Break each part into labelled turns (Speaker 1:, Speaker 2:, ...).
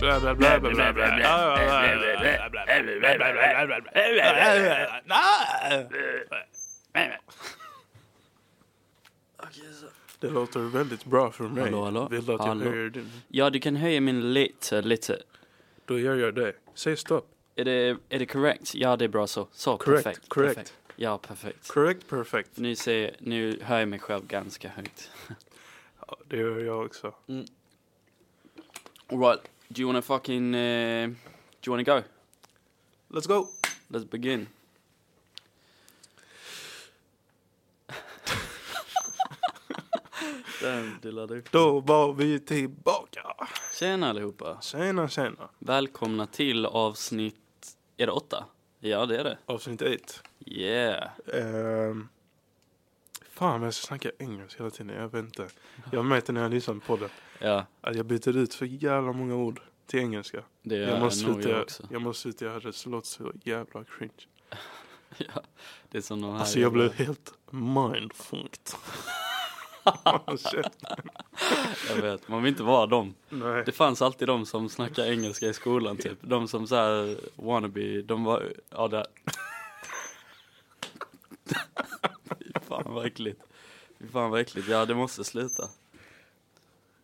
Speaker 1: Bla, bla, bla, bla, bla, bla. Ja, ja, ja, ja, ja. Det låter väldigt bra för mig.
Speaker 2: Hallå, hallå.
Speaker 1: Vill du att jag
Speaker 2: Hallå.
Speaker 1: höjer din?
Speaker 2: Ja, du kan höja min lite, lite.
Speaker 1: Då gör jag det. Säg stopp.
Speaker 2: Är det, är det correct? Ja, det är bra så. Så,
Speaker 1: Correct,
Speaker 2: perfekt.
Speaker 1: correct.
Speaker 2: perfekt. Ja, perfekt.
Speaker 1: Correct perfect.
Speaker 2: Nu, ser, nu hör jag mig själv ganska högt.
Speaker 1: Ja, Det gör jag också.
Speaker 2: Alright, do you wanna fucking... Uh, do you wanna go?
Speaker 1: Let's go!
Speaker 2: Let's begin. Damn, det laddar upp.
Speaker 1: Då var vi tillbaka.
Speaker 2: Tjena allihopa.
Speaker 1: Tjena, tjena.
Speaker 2: Välkomna till avsnitt... Är det åtta? Ja, det är det.
Speaker 1: Avsnitt 1.
Speaker 2: Yeah.
Speaker 1: Um, fan, men jag snackar engelska hela tiden. Jag vet inte. Jag märkte när jag lyssnade på det
Speaker 2: Ja,
Speaker 1: att jag byter ut så jävla många ord till engelska.
Speaker 2: det är
Speaker 1: jag, måste
Speaker 2: nog jag
Speaker 1: sluta,
Speaker 2: också.
Speaker 1: jag måste sluta göra det så det låter så jävla cringe.
Speaker 2: Ja, det är som de här
Speaker 1: Alltså jag blev
Speaker 2: jävla-
Speaker 1: helt mindfunked. Shit.
Speaker 2: Jag vet, man vill inte vara dem.
Speaker 1: Nej.
Speaker 2: Det fanns alltid de som snackar engelska i skolan typ. De som såhär wannabe, de var, ja det... Fy fan vad äckligt. Fy fan vad äckligt, ja det måste sluta.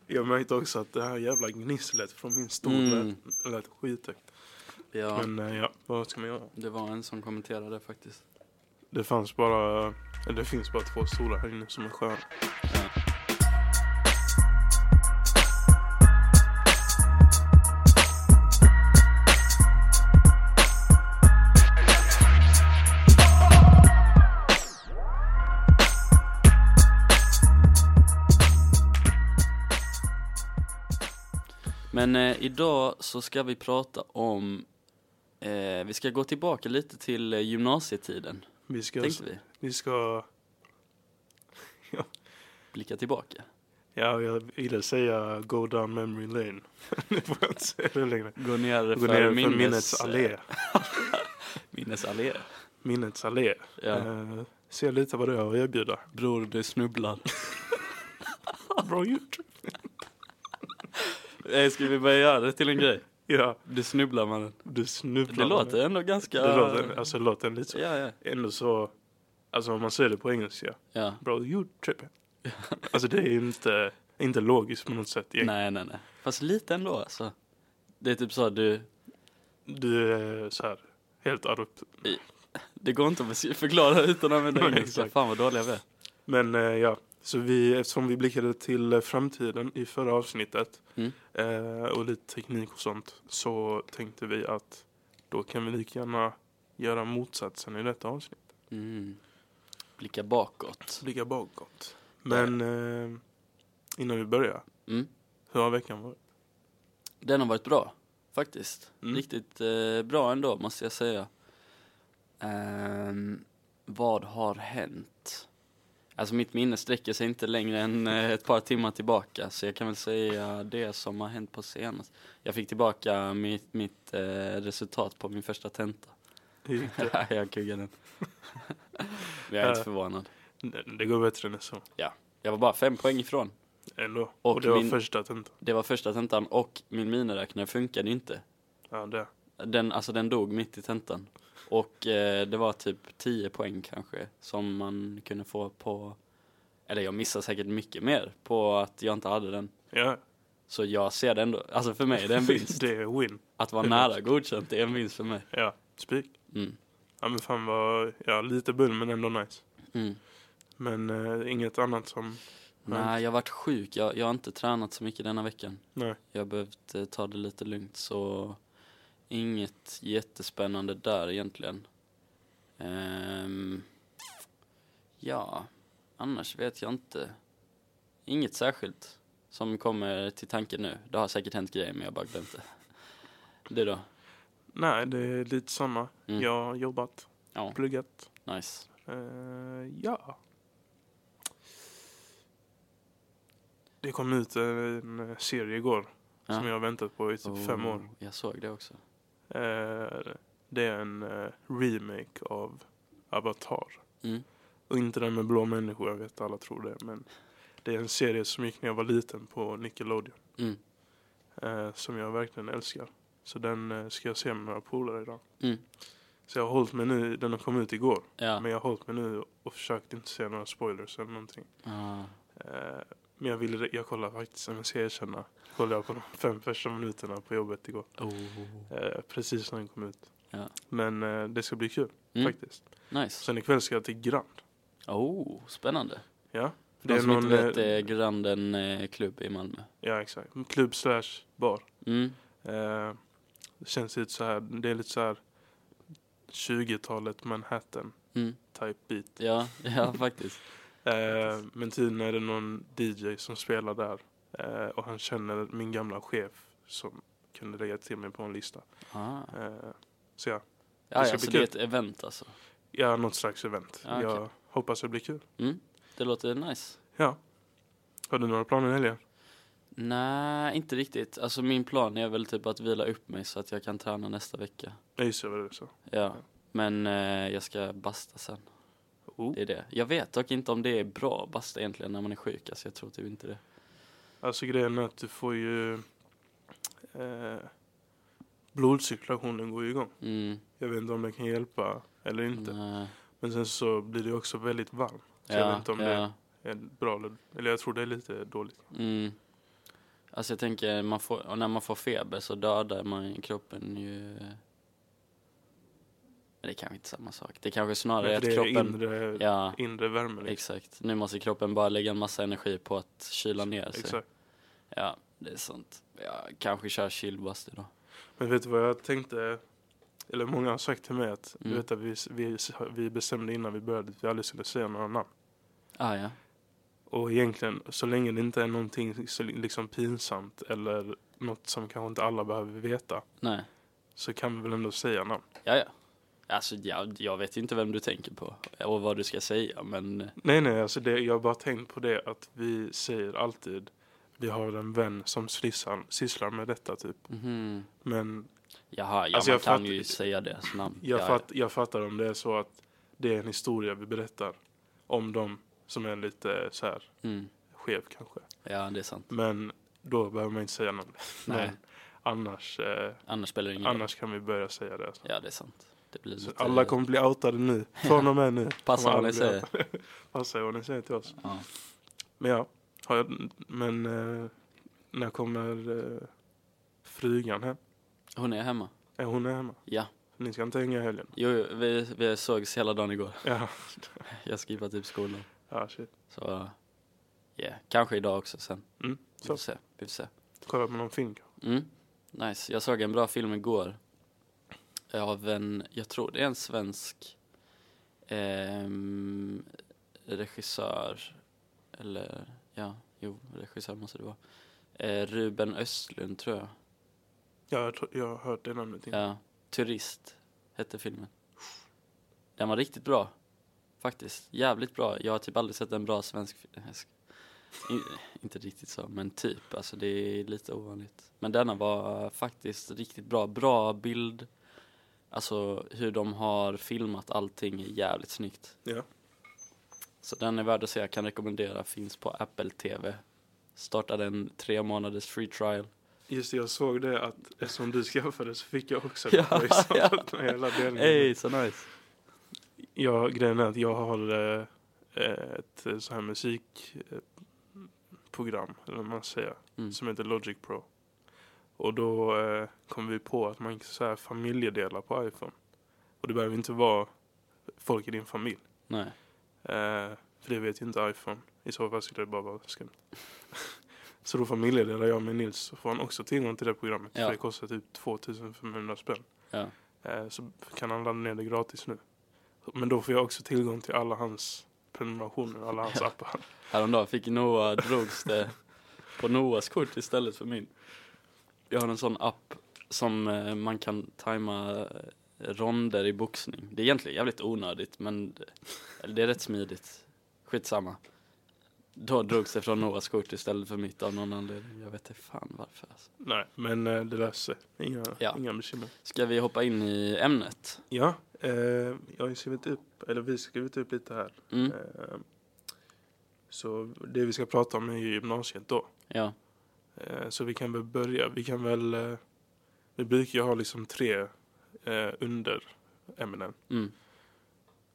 Speaker 1: Jag märkte också att det här jävla gnisslet från min stol
Speaker 2: Mm.
Speaker 1: lät, lät skitäckt.
Speaker 2: Ja,
Speaker 1: Men eh, ja, vad ska man göra?
Speaker 2: det var en som kommenterade faktiskt.
Speaker 1: Det fanns bara, eller det finns bara två stolar här inne som är sköna.
Speaker 2: Men eh, idag så ska vi prata om, eh, vi ska gå tillbaka lite till eh, gymnasietiden,
Speaker 1: Vi ska,
Speaker 2: tänkte vi.
Speaker 1: vi ska,
Speaker 2: Blicka tillbaka.
Speaker 1: ja jag ville säga go down memory lane. Nu får jag inte säga det längre.
Speaker 2: Gå ner
Speaker 1: Gå
Speaker 2: för,
Speaker 1: ner
Speaker 2: minnes,
Speaker 1: för minnets allé.
Speaker 2: Minnes allé.
Speaker 1: Minnets allé.
Speaker 2: Ja.
Speaker 1: Eh, se lite vad det har att erbjuda.
Speaker 2: Bror, du snubblar.
Speaker 1: Bra gjort.
Speaker 2: Eh, Ska vi börja göra det till en grej?
Speaker 1: Ja,
Speaker 2: Du snubblar mannen.
Speaker 1: du snubblar.
Speaker 2: Det låter ändå ganska...
Speaker 1: Det låter, alltså det låter lite så.
Speaker 2: Ja, ja.
Speaker 1: Ändå så, alltså om man säger det på engelska.
Speaker 2: ja.
Speaker 1: Bra gjort, Trippe. Alltså det är inte, inte logiskt på något sätt. egentligen.
Speaker 2: Nej, nej, nej. Fast lite ändå alltså. Det är typ så att du...
Speaker 1: Du är så här, helt adopt.
Speaker 2: Det går inte att bes- förklara utan att använda
Speaker 1: Nej,
Speaker 2: engelska.
Speaker 1: exakt.
Speaker 2: Fan vad dåliga vi är.
Speaker 1: Men eh, ja, så vi, eftersom vi blickade till eh, framtiden i förra avsnittet
Speaker 2: Mm.
Speaker 1: eh, och lite teknik och sånt så tänkte vi att då kan vi lika gärna göra motsatsen i detta avsnitt.
Speaker 2: Mm. Blicka bakåt.
Speaker 1: Blicka bakåt. Men eh, innan vi börjar,
Speaker 2: Mm.
Speaker 1: hur har veckan varit?
Speaker 2: Den har varit bra, faktiskt.
Speaker 1: Mm.
Speaker 2: Riktigt eh, bra ändå, måste jag säga. Ehm, vad har hänt? Alltså mitt minne sträcker sig inte längre än eh, ett par timmar tillbaka, så jag kan väl säga det som har hänt på senast. Jag fick tillbaka mitt, mitt eh, resultat på min första tenta.
Speaker 1: Hur gick det?
Speaker 2: jag kuggade den. Men jag är inte förvånad.
Speaker 1: Nej, det går bättre än så.
Speaker 2: Jag var bara fem poäng ifrån.
Speaker 1: Ändå. Och,
Speaker 2: Och
Speaker 1: det var
Speaker 2: min-
Speaker 1: första tentan.
Speaker 2: Det var första tentan och min miniräknare funkade ju inte.
Speaker 1: Ja, det.
Speaker 2: Den, alltså den dog mitt i tentan. Och eh, det var typ 10 poäng kanske som man kunde få på, eller jag missade säkert mycket mer på att jag inte hade den.
Speaker 1: Ja,
Speaker 2: Så jag ser det ändå, alltså för mig är det en vinst.
Speaker 1: det är win.
Speaker 2: Att vara nära godkänt är en vinst för mig.
Speaker 1: Ja, spik.
Speaker 2: Mm.
Speaker 1: Ja men fan vad, ja lite bull men ändå nice.
Speaker 2: Mm.
Speaker 1: Men eh, inget annat som,
Speaker 2: Nej, jag har varit sjuk. Jag, jag har inte tränat så mycket denna veckan.
Speaker 1: nej.
Speaker 2: Jag har behövt eh, ta det lite lugnt så inget jättespännande där egentligen. Ehm, ja, annars vet jag inte. Inget särskilt som kommer till tanken nu. Det har säkert hänt grejer men jag har bara glömt det. Du då?
Speaker 1: Nej det är lite samma.
Speaker 2: Mm.
Speaker 1: Jag har jobbat,
Speaker 2: Ja,
Speaker 1: pluggat.
Speaker 2: nice.
Speaker 1: Eh, ja. Det kom ut en eh, serie igår
Speaker 2: Ja.
Speaker 1: som jag har väntat på i typ fem år.
Speaker 2: Oh, Jag såg det också.
Speaker 1: Eh, det är en eh, remake av Avatar.
Speaker 2: Mm.
Speaker 1: Och inte den med blå människor, jag vet alla tror det. Men det är en serie som gick när jag var liten på Nickelodeon.
Speaker 2: Mm.
Speaker 1: eh, som jag verkligen älskar. Så den eh, ska jag se med några polare idag.
Speaker 2: Mm.
Speaker 1: Så jag har hållit mig nu, den har kommit ut igår,
Speaker 2: Ja.
Speaker 1: men jag har hållit mig nu och försökt inte se några spoilers eller någonting.
Speaker 2: Ah.
Speaker 1: Eh, men jag ville, jag kollade faktiskt, om jag ska erkänna, kollade jag på de fem första minuterna på jobbet igår.
Speaker 2: Oh.
Speaker 1: Eh, precis när den kom ut.
Speaker 2: Ja.
Speaker 1: Men eh, det ska bli kul
Speaker 2: Mm.
Speaker 1: faktiskt.
Speaker 2: Nice.
Speaker 1: Sen ikväll ska jag till Grand.
Speaker 2: Oh, spännande.
Speaker 1: Ja,
Speaker 2: För
Speaker 1: Det
Speaker 2: de
Speaker 1: är
Speaker 2: som
Speaker 1: någon,
Speaker 2: inte vet
Speaker 1: eh,
Speaker 2: är Grand en eh, klubb i Malmö.
Speaker 1: ja exakt. Klubb slash bar.
Speaker 2: Mm.
Speaker 1: Eh, det känns lite så här, det är lite så här 20-talet Manhattan
Speaker 2: Mm.
Speaker 1: type beat.
Speaker 2: Ja, ja faktiskt.
Speaker 1: Eh, men tydligen är det någon DJ som spelar där. Eh, och han känner min gamla chef som kunde lägga till mig på en lista.
Speaker 2: Ah.
Speaker 1: Eh, så ja,
Speaker 2: Ja,
Speaker 1: ska
Speaker 2: ja,
Speaker 1: bli
Speaker 2: så det är ett event alltså.
Speaker 1: ja, något slags event.
Speaker 2: Ja, Ah, okej.
Speaker 1: Jag hoppas det blir kul.
Speaker 2: Mm. Det låter nice.
Speaker 1: Ja. Har du några planer i helgen?
Speaker 2: Nej, inte riktigt. Alltså min plan är väl typ att vila upp mig så att jag kan träna nästa vecka.
Speaker 1: Nej, så var det så.
Speaker 2: Ja. Men eh, jag ska basta sen.
Speaker 1: Oh.
Speaker 2: Det är det. Jag vet dock inte om det är bra att basta egentligen när man är sjuk. Alltså jag tror typ inte det.
Speaker 1: Alltså grejen är att du får ju... Eh, blodcirkulationen går ju igång.
Speaker 2: Mm.
Speaker 1: Jag vet inte om det kan hjälpa eller inte.
Speaker 2: Nej.
Speaker 1: Men sen så blir det ju också väldigt varmt. Så jag vet inte om det är bra eller... Eller jag tror det är lite dåligt.
Speaker 2: Mm. Alltså jag tänker, man får, och när man får feber så dödar man kroppen ju... Men det är kanske inte samma sak. Det kanske snarare är
Speaker 1: Men
Speaker 2: att
Speaker 1: det är
Speaker 2: kroppen...
Speaker 1: inre,
Speaker 2: Ja,
Speaker 1: inre värme. Liksom.
Speaker 2: exakt. Nu måste kroppen bara lägga en massa energi på att kyla ner sig.
Speaker 1: Exakt.
Speaker 2: Ja, det är sant. Ja, kanske kör chillbastu då.
Speaker 1: Men vet du vad jag tänkte? Eller många har sagt till mig att du
Speaker 2: Mm.
Speaker 1: vet att vi, vi, vi bestämde innan vi började att vi aldrig skulle säga några namn.
Speaker 2: Ah, ja.
Speaker 1: Och egentligen, så länge det inte är någonting så liksom pinsamt eller något som kanske inte alla behöver veta
Speaker 2: Nej.
Speaker 1: så kan vi väl ändå säga namn.
Speaker 2: Ja, ja. Alltså, jag, jag vet inte vem du tänker på och vad du ska säga, men...
Speaker 1: Nej, nej, alltså det, jag har bara tänkt på det att vi säger alltid vi har en vän som sysslar, sysslar med detta typ.
Speaker 2: Mhm.
Speaker 1: Men
Speaker 2: Jaha, ja,
Speaker 1: Alltså,
Speaker 2: man
Speaker 1: jag
Speaker 2: kan
Speaker 1: fatt-
Speaker 2: ju säga deras namn.
Speaker 1: jag,
Speaker 2: ja,
Speaker 1: fatt, jag fattar om det är så att det är en historia vi berättar om dem som är lite så här
Speaker 2: ja. Mm.
Speaker 1: skev kanske.
Speaker 2: ja, det är sant.
Speaker 1: Men då behöver man inte säga namn.
Speaker 2: Nej.
Speaker 1: Men annars, eh,
Speaker 2: Annars spelar det ingen roll.
Speaker 1: annars kan vi börja säga det. alltså.
Speaker 2: Ja, det är sant. Det blir
Speaker 1: Så
Speaker 2: lite...
Speaker 1: alla kommer bli outade nu. Från och med nu.
Speaker 2: Passa
Speaker 1: kommer
Speaker 2: vad ni
Speaker 1: alla bli
Speaker 2: säger.
Speaker 1: outade. Passa vad ni säger till oss.
Speaker 2: Ja.
Speaker 1: Men ja, har jag, men eh, när kommer eh, frugan hem?
Speaker 2: Hon är hemma.
Speaker 1: Är hon hemma?
Speaker 2: Ja.
Speaker 1: Ni ska inte hänga i helgen?
Speaker 2: Jo, jo, vi, vi sågs hela dagen igår.
Speaker 1: Ja,
Speaker 2: Jag skippade typ skolan.
Speaker 1: ah, shit.
Speaker 2: Så, yeah. Kanske idag också sen.
Speaker 1: Mm.
Speaker 2: Vi får
Speaker 1: Så,
Speaker 2: se. Vi får se.
Speaker 1: kolla på någon film kanske.
Speaker 2: Mm. Nice. Jag såg en bra film igår. Av en, jag tror det är en svensk ehm, regissör. Eller, ja, jo, regissör måste det vara. Eh, Ruben Östlund tror jag.
Speaker 1: Ja, jag, tror- jag har hört det namnet innan.
Speaker 2: Ja, Turist hette filmen. Den var riktigt bra. Faktiskt. Jävligt bra. Jag har typ aldrig sett en bra svensk film. Inte riktigt så, men typ. Alltså det är lite ovanligt. Men denna var faktiskt riktigt bra. Bra bild. Alltså hur de har filmat allting är jävligt snyggt.
Speaker 1: Ja.
Speaker 2: Så den är värd att se. Jag kan rekommendera. Finns på Apple TV. Startade en tre månaders free trial.
Speaker 1: Just det, jag såg det att eftersom du skaffade så fick jag också
Speaker 2: Ja,
Speaker 1: det. Så
Speaker 2: ja.
Speaker 1: att den hela delen.
Speaker 2: Ey, så nice!
Speaker 1: Ja, grejen är att jag har eh, ett eh, så här musikprogram, eller vad man säger,
Speaker 2: Mm.
Speaker 1: som heter Logic Pro. Och då eh, kom vi på att man kan så här familjedela på iPhone. Och det behöver inte vara folk i din familj.
Speaker 2: Nej.
Speaker 1: Eh, för det vet ju inte iPhone. I så fall skulle det bara vara skumt. så då familjedelar jag med Nils så får han också tillgång till det programmet.
Speaker 2: Ja.
Speaker 1: För det kostar typ 2500 spänn.
Speaker 2: Ja.
Speaker 1: Eh, så kan han ladda ner det gratis nu. Men då får jag också tillgång till alla hans prenumerationer, alla hans
Speaker 2: Ja.
Speaker 1: appar.
Speaker 2: Häromdagen fick Noah, drogs det på Noahs kort istället för min. Jag har en sån app som eh, man kan tajma eh, ronder i boxning. Det är egentligen jävligt onödigt men det- eller det är rätt smidigt. Skitsamma. Då drogs det från Noahs kort istället för mitt av någon anledning. Jag vet inte fan varför. Alltså.
Speaker 1: Nej, men eh, det löser sig. Inga,
Speaker 2: Ja.
Speaker 1: inga bekymmer.
Speaker 2: Ska vi hoppa in i ämnet?
Speaker 1: Ja, eh, jag har ju skrivit upp, eller vi har skrivit upp lite här.
Speaker 2: Mm.
Speaker 1: Eh, så det vi ska prata om är ju gymnasiet då.
Speaker 2: Ja.
Speaker 1: Eh, Så vi kan väl börja. Vi kan väl... eh, Vi brukar ju ha liksom tre eh, underämnen.
Speaker 2: Mm.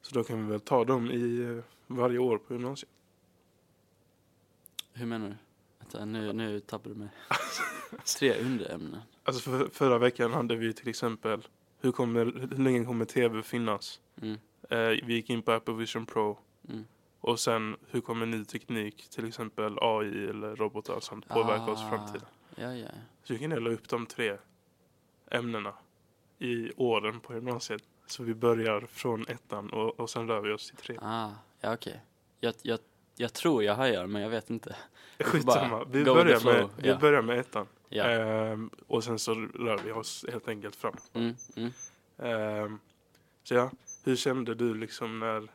Speaker 1: Så då kan vi väl ta dem i eh, varje år på gymnasiet.
Speaker 2: Hur menar du? Vänta, nu, nu tappade du mig. Tre underämnen.
Speaker 1: Alltså för, förra veckan hade vi till exempel hur, kommer, hur länge kommer tv finnas?
Speaker 2: Mm.
Speaker 1: Eh, vi gick in på Apple Vision Pro
Speaker 2: Mm.
Speaker 1: och sen hur kommer ny teknik, till exempel AI eller robotar samt påverka oss i framtiden?
Speaker 2: Ja, ja.
Speaker 1: Så vi kan dela upp de tre ämnena i åren på gymnasiet. Så vi börjar från ettan och, och sen rör vi oss till tre.
Speaker 2: Ah, ja okej. Jag, jag, jag tror jag hajar, men jag vet inte. Ah. vi får
Speaker 1: Skitsamma,
Speaker 2: bara
Speaker 1: vi
Speaker 2: go with the
Speaker 1: börjar, med,
Speaker 2: flow,
Speaker 1: vi
Speaker 2: ja.
Speaker 1: börjar med ettan.
Speaker 2: Ja.
Speaker 1: Ehm, och sen så rör vi oss helt enkelt fram.
Speaker 2: Mm, mm.
Speaker 1: Ehm, så ja, hur kände du liksom när,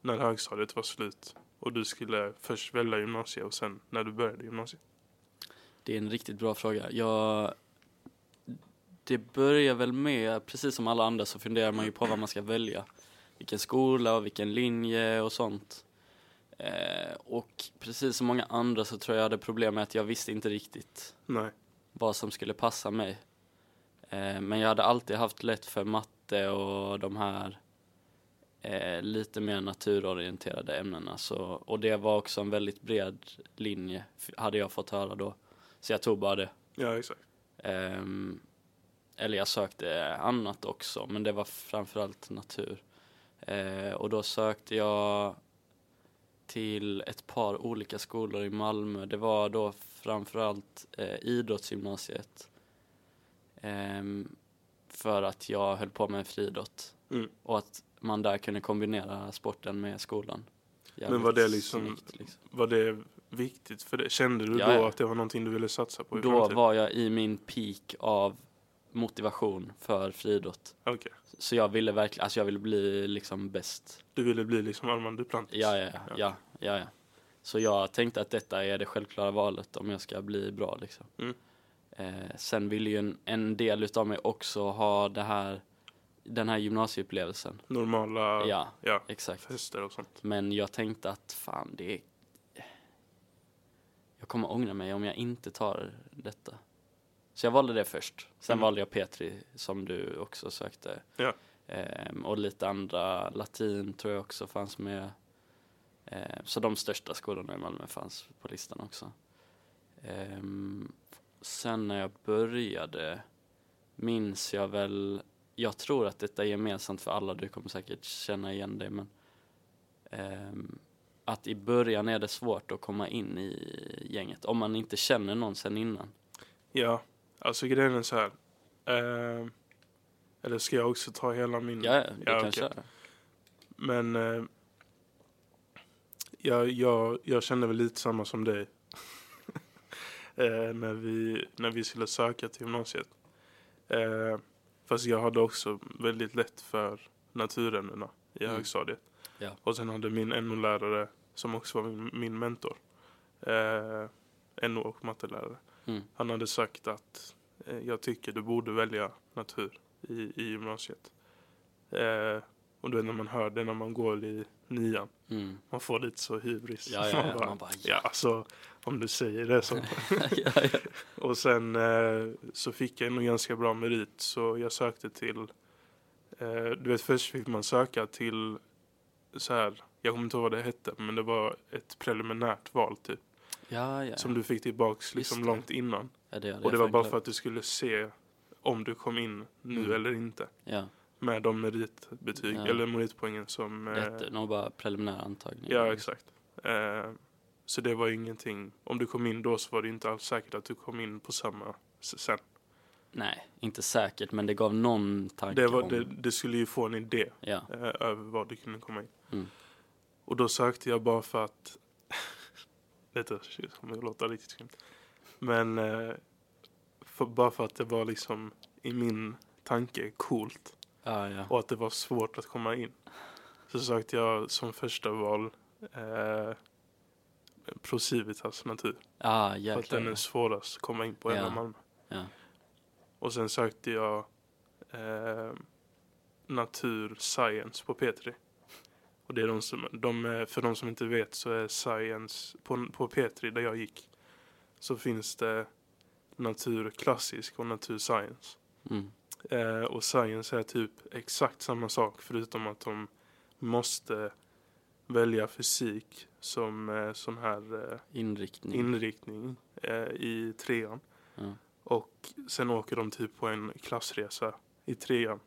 Speaker 1: när högstadiet var slut? Och du skulle först välja gymnasiet och sen när du började gymnasiet?
Speaker 2: Det är en riktigt bra fråga. Jag, det börjar väl med, precis som alla andra så funderar man ju på vad man ska välja. Vilken skola och vilken linje och sånt. Eh, och precis som många andra så tror jag jag hade problem med att jag visste inte riktigt
Speaker 1: Nej.
Speaker 2: vad som skulle passa mig. Eh, men jag hade alltid haft lätt för matte och de här eh, lite mer naturorienterade ämnena. Så, och det var också en väldigt bred linje, f- hade jag fått höra då. Så jag tog bara det.
Speaker 1: Ja, exakt.
Speaker 2: Ehm, eller jag sökte annat också, men det var framförallt natur. Eh, och då sökte jag till ett par olika skolor i Malmö. Det var då framförallt eh, idrottsgymnasiet. Ehm, för att jag höll på med friidrott.
Speaker 1: Mm.
Speaker 2: Och att man där kunde kombinera sporten med skolan.
Speaker 1: Men var det liksom-
Speaker 2: snyggt, liksom.
Speaker 1: Var det viktigt för dig? Kände du
Speaker 2: Ja,
Speaker 1: då
Speaker 2: ja.
Speaker 1: att det var någonting du ville satsa på i
Speaker 2: Då
Speaker 1: framtiden?
Speaker 2: var jag i min peak av motivation för friidrott.
Speaker 1: Okej.
Speaker 2: Så jag ville verkligen, alltså jag ville bli liksom bäst.
Speaker 1: Du ville bli liksom Armand Duplantis?
Speaker 2: Ja, ja, ja, ja, ja, ja. Så jag tänkte att detta är det självklara valet om jag ska bli bra liksom.
Speaker 1: Mm.
Speaker 2: Eh, sen ville ju en, en del utav mig också ha det här, den här gymnasieupplevelsen.
Speaker 1: Normala
Speaker 2: Ja,
Speaker 1: ja.
Speaker 2: exakt.
Speaker 1: fester och sånt.
Speaker 2: Men jag tänkte att fan det är... Jag kommer ångra mig om jag inte tar detta. Så jag valde det först. Sen
Speaker 1: Mm.
Speaker 2: valde jag Petri som du också sökte.
Speaker 1: Ja.
Speaker 2: Ehm, och lite andra, latin tror jag också fanns med. Ehm, så de största skolorna i Malmö fanns på listan också. Ehm, sen när jag började minns jag väl, jag tror att detta är gemensamt för alla, du kommer säkert känna igen det men ehm, att i början är det svårt att komma in i gänget om man inte känner någon sen innan.
Speaker 1: Ja, alltså grejen är så här. Ehm, eller ska jag också ta hela min?
Speaker 2: Ja, du kan
Speaker 1: Mm. okej.
Speaker 2: köra.
Speaker 1: Men eh, jag, jag, jag kände väl lite samma som dig. eh, när, vi, när vi skulle söka till gymnasiet. Eh, fast jag hade också väldigt lätt för naturämnena i
Speaker 2: Mm.
Speaker 1: högstadiet.
Speaker 2: Ja.
Speaker 1: Och sen hade min NO-lärare, som också var min, min mentor, eh, NO och mattelärare,
Speaker 2: Mm.
Speaker 1: han hade sagt att eh, jag tycker du borde välja natur i, i gymnasiet. Eh, och du vet när man hör det när man går i nian.
Speaker 2: Mm.
Speaker 1: Man får lite så hybris.
Speaker 2: Ja, ja,
Speaker 1: man
Speaker 2: ja.
Speaker 1: bara,
Speaker 2: Man bara,
Speaker 1: ja alltså om du säger det så.
Speaker 2: ja, ja.
Speaker 1: och sen eh, så fick jag nog ganska bra merit så jag sökte till, eh, du vet först fick man söka till så här, jag kommer inte ihåg vad det hette men det var ett preliminärt val typ.
Speaker 2: ja, ja.
Speaker 1: Som du fick tillbaks liksom
Speaker 2: det.
Speaker 1: långt innan.
Speaker 2: ja det hade
Speaker 1: Och det
Speaker 2: jag
Speaker 1: var bara
Speaker 2: fan
Speaker 1: för att du skulle se om du kom in nu
Speaker 2: Mm.
Speaker 1: eller inte.
Speaker 2: glömt. Ja.
Speaker 1: Med de meritbetyg,
Speaker 2: Ja.
Speaker 1: eller meritpoängen som... eh,
Speaker 2: Rätt, någon bara preliminär antagning.
Speaker 1: Ja, exakt. Eh, så det var ju ingenting. Om du kom in då så var det inte alls säkert att du kom in på samma s- sen.
Speaker 2: Nej, inte säkert, men det gav någon tanke
Speaker 1: Det, var,
Speaker 2: om...
Speaker 1: det, det skulle ju få en idé
Speaker 2: Ja,
Speaker 1: eh, över vad du kunde komma in.
Speaker 2: Mm.
Speaker 1: Och då sökte jag bara för att... Detta kommer att låta riktigt skumt. Men eh, för, bara för att det var liksom i min tanke coolt.
Speaker 2: ja, ja.
Speaker 1: och att det var svårt att komma in. Så sökte jag som första val eh, Procivitas natur.
Speaker 2: Ah,
Speaker 1: För att den är
Speaker 2: jäklar.
Speaker 1: svårast att komma in på i hela
Speaker 2: Ja,
Speaker 1: Malmö.
Speaker 2: ja.
Speaker 1: Och sen sökte jag eh, natur science på P3. Och det är de som, de, är- för de som inte vet så är science på, på P3 där jag gick så finns det naturklassisk och naturscience.
Speaker 2: Mm.
Speaker 1: Eh, och science är typ exakt samma sak förutom att de måste välja fysik som eh, sån här eh,
Speaker 2: Inriktning.
Speaker 1: inriktning eh, i trean.
Speaker 2: ja.
Speaker 1: Och sen åker de typ på en klassresa i trean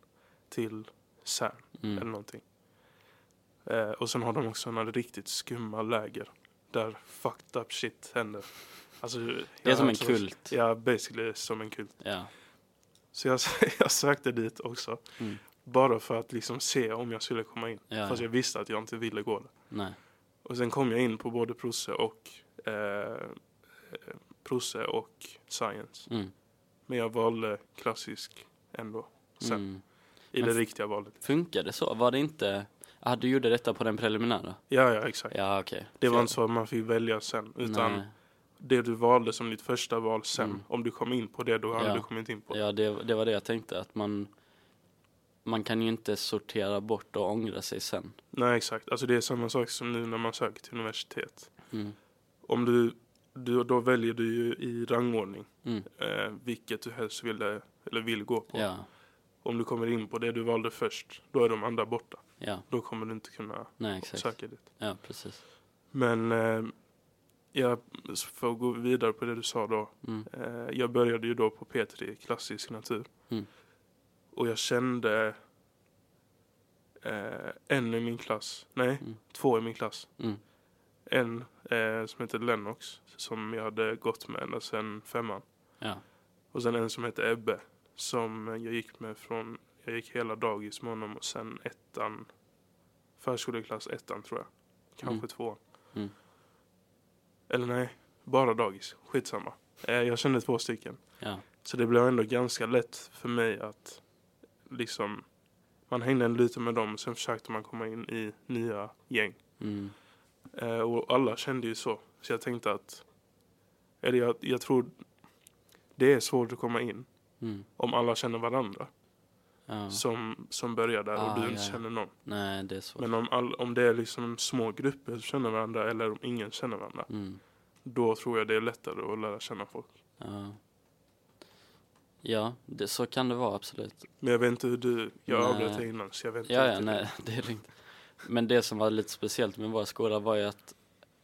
Speaker 1: till CERN
Speaker 2: mm.
Speaker 1: eller någonting. Eh, och sen har de också några riktigt skumma läger där fucked up shit händer. Alltså,
Speaker 2: Det är
Speaker 1: jag-
Speaker 2: som en
Speaker 1: alltså,
Speaker 2: kult.
Speaker 1: Ja, basically som en kult.
Speaker 2: Ja.
Speaker 1: Så jag, jag sökte dit också.
Speaker 2: Mm.
Speaker 1: Bara för att liksom se om jag skulle komma in.
Speaker 2: Ja,
Speaker 1: Fast
Speaker 2: ja.
Speaker 1: jag visste att jag inte ville gå där.
Speaker 2: Nej.
Speaker 1: Och sen kom jag in på både Prosse och eh, eh, Prosse och Science.
Speaker 2: Mm.
Speaker 1: Men jag valde klassisk ändå. Sen
Speaker 2: Mm.
Speaker 1: i det
Speaker 2: Men-
Speaker 1: riktiga valet.
Speaker 2: Funkar det så? Var det inte... Ah, du gjorde detta på den preliminära?
Speaker 1: Ja, ja, exakt.
Speaker 2: Ja, okej.
Speaker 1: Det var
Speaker 2: För-
Speaker 1: inte så att man fick välja sen. Utan
Speaker 2: Nej.
Speaker 1: det du valde som ditt första val sen.
Speaker 2: Mm.
Speaker 1: Om du kom in på det, då hade
Speaker 2: Ja.
Speaker 1: du kommit in på det.
Speaker 2: Ja, det, det var det jag tänkte. Att man, man kan ju inte sortera bort och ångra sig sen.
Speaker 1: Nej, exakt. Alltså det är samma sak som nu när man söker till universitet.
Speaker 2: Mm.
Speaker 1: Om du, du då väljer du ju i rangordning
Speaker 2: Mm.
Speaker 1: eh, vilket du helst ville, eller vill gå på.
Speaker 2: Ja,
Speaker 1: Om du kommer in på det du valde först, då är de andra borta.
Speaker 2: ja,
Speaker 1: Då kommer du inte kunna
Speaker 2: nej exakt.
Speaker 1: söka dit.
Speaker 2: Ja, precis.
Speaker 1: Men eh, jag får gå vidare på det du sa då.
Speaker 2: Mm.
Speaker 1: Eh, jag började ju då på P3, klassisk natur.
Speaker 2: Mm.
Speaker 1: Och jag kände eh, en i min klass, nej,
Speaker 2: Mm.
Speaker 1: två i min klass.
Speaker 2: Mm.
Speaker 1: En eh, som heter Lennox som jag hade gått med ända sedan femman.
Speaker 2: Ja,
Speaker 1: Och sen en som heter Ebbe som jag gick med från, jag gick hela dagis med honom och sen ettan, förskoleklass ettan tror jag. Kanske
Speaker 2: Mm.
Speaker 1: tvåan.
Speaker 2: Mm.
Speaker 1: Eller nej, bara dagis. Skitsamma. Eh, jag kände två stycken.
Speaker 2: ja,
Speaker 1: Så det blev ändå ganska lätt för mig att liksom, man hängde en lite med dem och sen försökte man komma in i nya gäng.
Speaker 2: mm.
Speaker 1: Eh, och alla kände ju så. Så jag tänkte att... Eller jag, jag tror det är svårt att komma in
Speaker 2: Mm.
Speaker 1: om alla känner varandra
Speaker 2: ja.
Speaker 1: som, som börjar där
Speaker 2: Ah,
Speaker 1: och du
Speaker 2: ja,
Speaker 1: inte
Speaker 2: ja.
Speaker 1: känner någon.
Speaker 2: Nej, det är svårt.
Speaker 1: Men om, all, om det är liksom små grupper som känner varandra eller om ingen känner varandra
Speaker 2: Mm.
Speaker 1: då tror jag det är lättare att lära känna folk.
Speaker 2: Ja, ja det, så kan det vara absolut.
Speaker 1: Men jag vet inte hur du... Jag
Speaker 2: Nej.
Speaker 1: avbröt dig innan så jag vet inte. typ
Speaker 2: Ja, ja,
Speaker 1: riktigt.
Speaker 2: nej, det är lugnt. Men det som var lite speciellt med våra skolor var ju att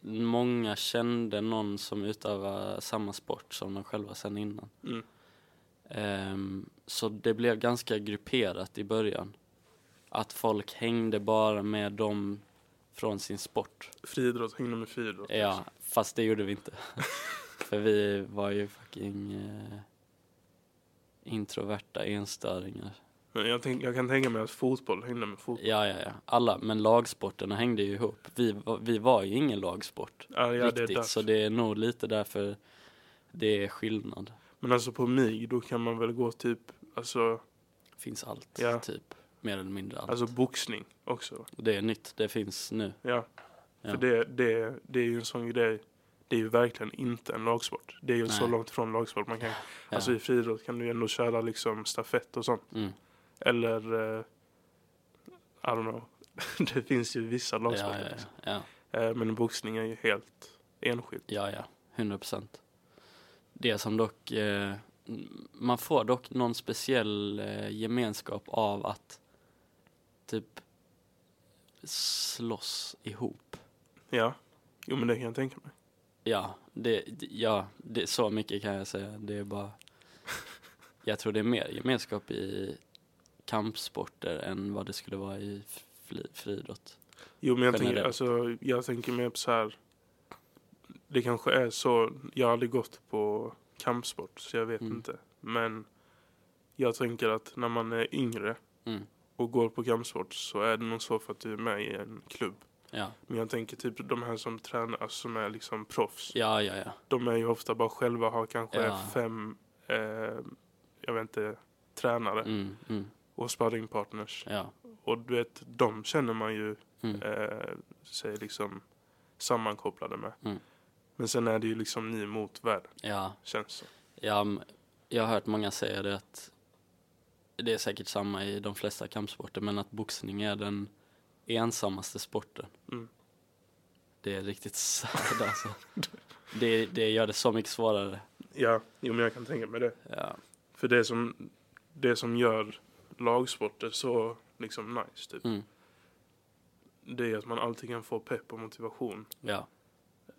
Speaker 2: många kände någon som utövade samma sport som de själva sen innan.
Speaker 1: Mm.
Speaker 2: Ehm, så det blev ganska grupperat i början. Att folk hängde bara med dem från sin sport.
Speaker 1: Friidrott, hängde med friidrott.
Speaker 2: Ja, fast det gjorde vi inte. För vi var ju fucking eh, introverta enstöringar.
Speaker 1: Men jag, tänk, jag kan tänka mig att fotboll hängde med fotboll.
Speaker 2: Ja, ja, ja. Alla, men lagsporterna hängde ju ihop. Vi, var- vi var ju ingen lagsport
Speaker 1: Ja, ja, det är
Speaker 2: riktigt,
Speaker 1: där.
Speaker 2: så det är nog lite därför det är skillnad.
Speaker 1: Men alltså på MIG då kan man väl gå typ... Alltså,
Speaker 2: Finns allt,
Speaker 1: Ja.
Speaker 2: typ. Mer eller mindre allt.
Speaker 1: alltså boxning också.
Speaker 2: det är nytt, det finns nu.
Speaker 1: Ja.
Speaker 2: Ja.
Speaker 1: För det, det, det är ju en sån grej. Det är ju verkligen inte en lagsport. Det är ju så
Speaker 2: Nej.
Speaker 1: långt från lagsport man kan.
Speaker 2: Ja.
Speaker 1: Alltså i friidrott kan du ju ändå köra liksom stafett och sånt.
Speaker 2: mm.
Speaker 1: Eller, eh, I don't know. det finns ju vissa
Speaker 2: ja,
Speaker 1: lagsporter.
Speaker 2: ja,
Speaker 1: liksom.
Speaker 2: ja,
Speaker 1: Eh, men boxning är ju helt enskilt.
Speaker 2: ja, ja, 100 procent. Det som dock, eh, m- man får dock någon speciell eh, gemenskap av att typ slåss ihop.
Speaker 1: Ja. Jo men det kan jag tänka mig.
Speaker 2: Ja, det, det- ja det, så mycket kan jag säga. Det är bara... Jag tror det är mer gemenskap i kampsporter än vad det skulle vara i fri, friidrott.
Speaker 1: Jo men jag tänker,
Speaker 2: Generellt.
Speaker 1: alltså, jag tänker mer på så här. Det kanske är så. Jag har aldrig gått på kampsport så jag vet
Speaker 2: Mm.
Speaker 1: inte. Men jag tänker att när man är yngre
Speaker 2: Mm.
Speaker 1: och går på kampsport så är det nog så för att du är med i en klubb.
Speaker 2: Ja.
Speaker 1: Men jag tänker typ de här som tränar, alltså, som är liksom proffs.
Speaker 2: ja, ja, ja.
Speaker 1: De är ju ofta bara själva, har kanske
Speaker 2: Ja.
Speaker 1: fem, eh, jag vet inte, tränare
Speaker 2: Mm, mm,
Speaker 1: och sparringpartners.
Speaker 2: ja.
Speaker 1: Och du vet, de känner man ju
Speaker 2: Mm,
Speaker 1: eh, sig liksom sammankopplade med.
Speaker 2: Mm.
Speaker 1: Men sen är det ju liksom ni mot världen,
Speaker 2: ja.
Speaker 1: känns det som.
Speaker 2: ja m- jag har hört många säga det att det är säkert samma i de flesta kampsporter men att boxning är den ensammaste sporten.
Speaker 1: Mm.
Speaker 2: Det är riktigt sad alltså. Det, det gör det så mycket svårare.
Speaker 1: Ja, jo, men jag kan tänka mig det.
Speaker 2: Ja.
Speaker 1: För det som, det som gör lagsporter så liksom nice typ.
Speaker 2: Mm.
Speaker 1: Det är att man alltid kan få pepp och motivation
Speaker 2: Ja.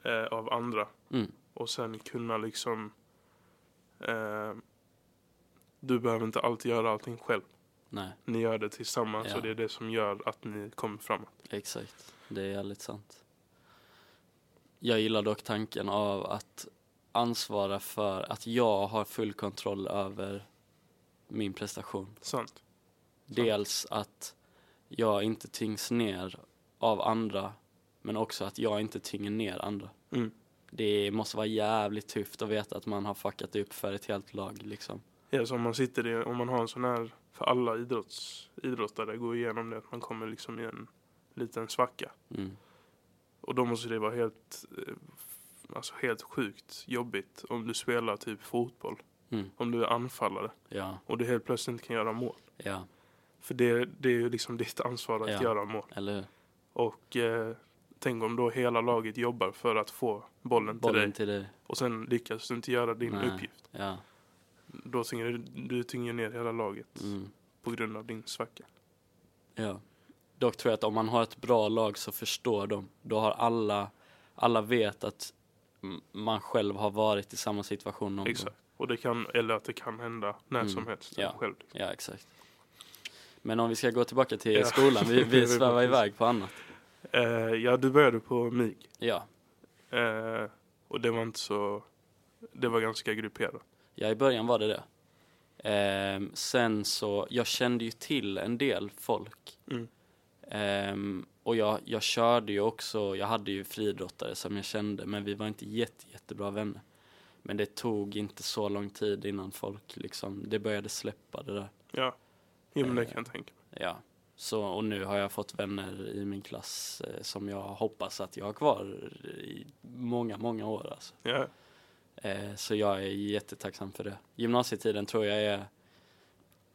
Speaker 1: eh, av andra.
Speaker 2: Mm.
Speaker 1: Och sen kunna liksom... Eh, du behöver inte alltid göra allting själv.
Speaker 2: Nej,
Speaker 1: Ni gör det tillsammans
Speaker 2: Ja.
Speaker 1: och det är det som gör att ni kommer framåt.
Speaker 2: exakt. Det är jävligt sant. Jag gillar dock tanken av att ansvara för att jag har full kontroll över min prestation.
Speaker 1: Sant.
Speaker 2: Dels att jag inte tyngs ner av andra men också att jag inte tynger ner andra.
Speaker 1: Mm.
Speaker 2: Det måste vara jävligt tufft att veta att man har fuckat upp för ett helt lag liksom.
Speaker 1: Ja, så om man sitter i, om man har en sån här, för alla idrotts, idrottare går igenom det, att man kommer liksom i en liten svacka.
Speaker 2: Mm.
Speaker 1: Och då måste det vara helt, eh, alltså helt sjukt jobbigt om du spelar typ fotboll,
Speaker 2: Mm.
Speaker 1: om du är anfallare
Speaker 2: Ja,
Speaker 1: och du helt plötsligt inte kan göra mål.
Speaker 2: ja,
Speaker 1: För det, det är ju liksom ditt ansvar att
Speaker 2: Ja.
Speaker 1: göra mål.
Speaker 2: eller hur?
Speaker 1: Och eh, tänk om då hela laget jobbar för att få bollen till
Speaker 2: Bollen
Speaker 1: dig
Speaker 2: till dig.
Speaker 1: och sen lyckas du inte göra din
Speaker 2: Nej.
Speaker 1: uppgift.
Speaker 2: Ja.
Speaker 1: Då tynger du, du tynger ner hela laget
Speaker 2: Mm.
Speaker 1: på grund av din svacka.
Speaker 2: Ja. Dock tror jag att om man har ett bra lag så förstår de. Då har alla, alla vet att m- man själv har varit i samma situation någon gång.
Speaker 1: Exakt. Och det kan, eller att det kan hända när
Speaker 2: Mm.
Speaker 1: som helst.
Speaker 2: Ja.
Speaker 1: Själv.
Speaker 2: Ja, exakt. Men om vi ska gå tillbaka till
Speaker 1: Ja.
Speaker 2: skolan, vi, vi svävar
Speaker 1: Precis.
Speaker 2: iväg på annat.
Speaker 1: Eh, ja, du började på MIG.
Speaker 2: Ja,
Speaker 1: Eh, och det var inte så... Det var ganska grupperat.
Speaker 2: ja i början var det det. Ehm, sen så, jag kände ju till en del folk.
Speaker 1: Mm.
Speaker 2: Ehm, och jag, jag körde ju också, jag hade ju friidrottare som jag kände, men vi var inte jätte, jättebra vänner. Men det tog inte så lång tid innan folk liksom, det började släppa det där.
Speaker 1: Ja. Jo, men det
Speaker 2: Eh.
Speaker 1: kan jag tänka mig.
Speaker 2: Ja. Så, och nu har jag fått vänner i min klass eh, som jag hoppas att jag har kvar i många, många år. Alltså.
Speaker 1: Ja.
Speaker 2: Eh, så jag är jättetacksam för det. Gymnasietiden tror jag är,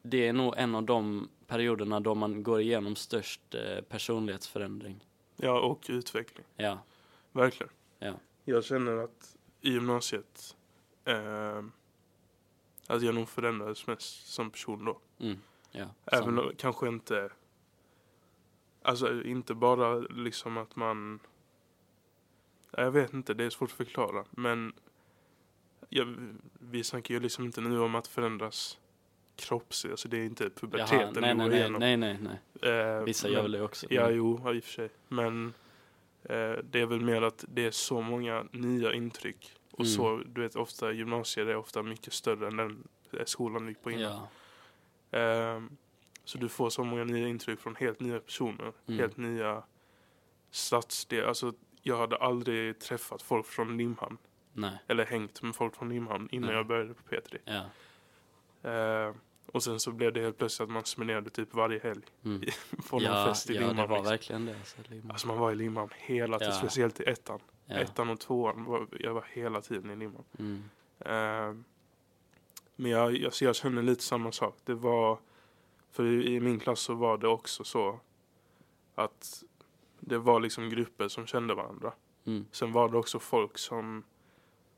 Speaker 2: det är nog en av de perioderna då man går igenom störst eh, personlighetsförändring.
Speaker 1: ja, och utveckling.
Speaker 2: Ja,
Speaker 1: Verkligen.
Speaker 2: Ja.
Speaker 1: Jag känner att i gymnasiet... Eh, att jag nog förändrades mest som person då.
Speaker 2: mm, ja.
Speaker 1: Även
Speaker 2: samma.
Speaker 1: om kanske inte... Alltså inte bara liksom att man... Ja, Jag vet inte, det är svårt att förklara. Men jag, vi snackar ju liksom inte nu om att förändras kroppsligt. Alltså det är inte puberteten
Speaker 2: Jaha, nej,
Speaker 1: vi
Speaker 2: nej,
Speaker 1: går
Speaker 2: nej,
Speaker 1: igenom.
Speaker 2: nej, nej, nej.
Speaker 1: Eh,
Speaker 2: Vissa
Speaker 1: men,
Speaker 2: gör väl det också.
Speaker 1: Ja,
Speaker 2: men-
Speaker 1: jo, ja, i och för sig. Men eh, det är väl mer att det är så många nya intryck. Och
Speaker 2: Mm.
Speaker 1: så, du vet, ofta gymnasiet är ofta mycket större än den eh, skolan du gick på innan.
Speaker 2: ja,
Speaker 1: Ehm, så du får så många nya intryck från helt nya personer.
Speaker 2: Mm.
Speaker 1: Helt nya stadsdelar. Alltså, jag hade aldrig träffat folk från Limhamn.
Speaker 2: nej,
Speaker 1: Eller hängt med folk från Limhamn innan
Speaker 2: Nej.
Speaker 1: jag började på P3.
Speaker 2: ja.
Speaker 1: Ehm, och sen så blev det helt plötsligt att man spenderade typ varje helg
Speaker 2: Mm.
Speaker 1: på någon
Speaker 2: ja,
Speaker 1: fest i
Speaker 2: ja,
Speaker 1: Limhamn.
Speaker 2: det var
Speaker 1: liksom.
Speaker 2: verkligen det. Alltså, Limhamn.
Speaker 1: Alltså man var i Limhamn hela tiden,
Speaker 2: Ja.
Speaker 1: speciellt i ettan.
Speaker 2: ja.
Speaker 1: Ettan och tvåan, var, jag var hela tiden i Limhamn.
Speaker 2: Mm.
Speaker 1: Ehm, men jag, jag, så jag känner lite samma sak. Det var, för i, i min klass så var det också så att det var liksom grupper som kände varandra.
Speaker 2: Mm.
Speaker 1: Sen var det också folk som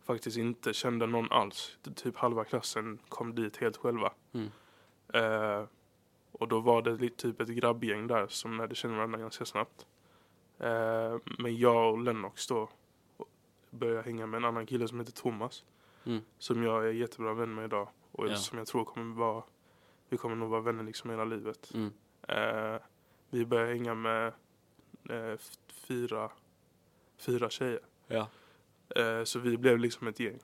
Speaker 1: faktiskt inte kände någon alls. Typ halva klassen kom dit helt själva.
Speaker 2: Mm.
Speaker 1: Eh, och då var det lite typ ett grabbgäng där som lärde känna varandra ganska snabbt. Eh, men jag och Lennox då började hänga med en annan kille som heter Thomas.
Speaker 2: Mm.
Speaker 1: Som jag är jättebra vän med idag. Och
Speaker 2: Ja.
Speaker 1: som jag tror kommer vara, vi kommer nog vara vänner liksom hela livet.
Speaker 2: Mm.
Speaker 1: Eh, vi började hänga med eh, f- fyra, fyra tjejer.
Speaker 2: Ja.
Speaker 1: Eh, så vi blev liksom ett gäng.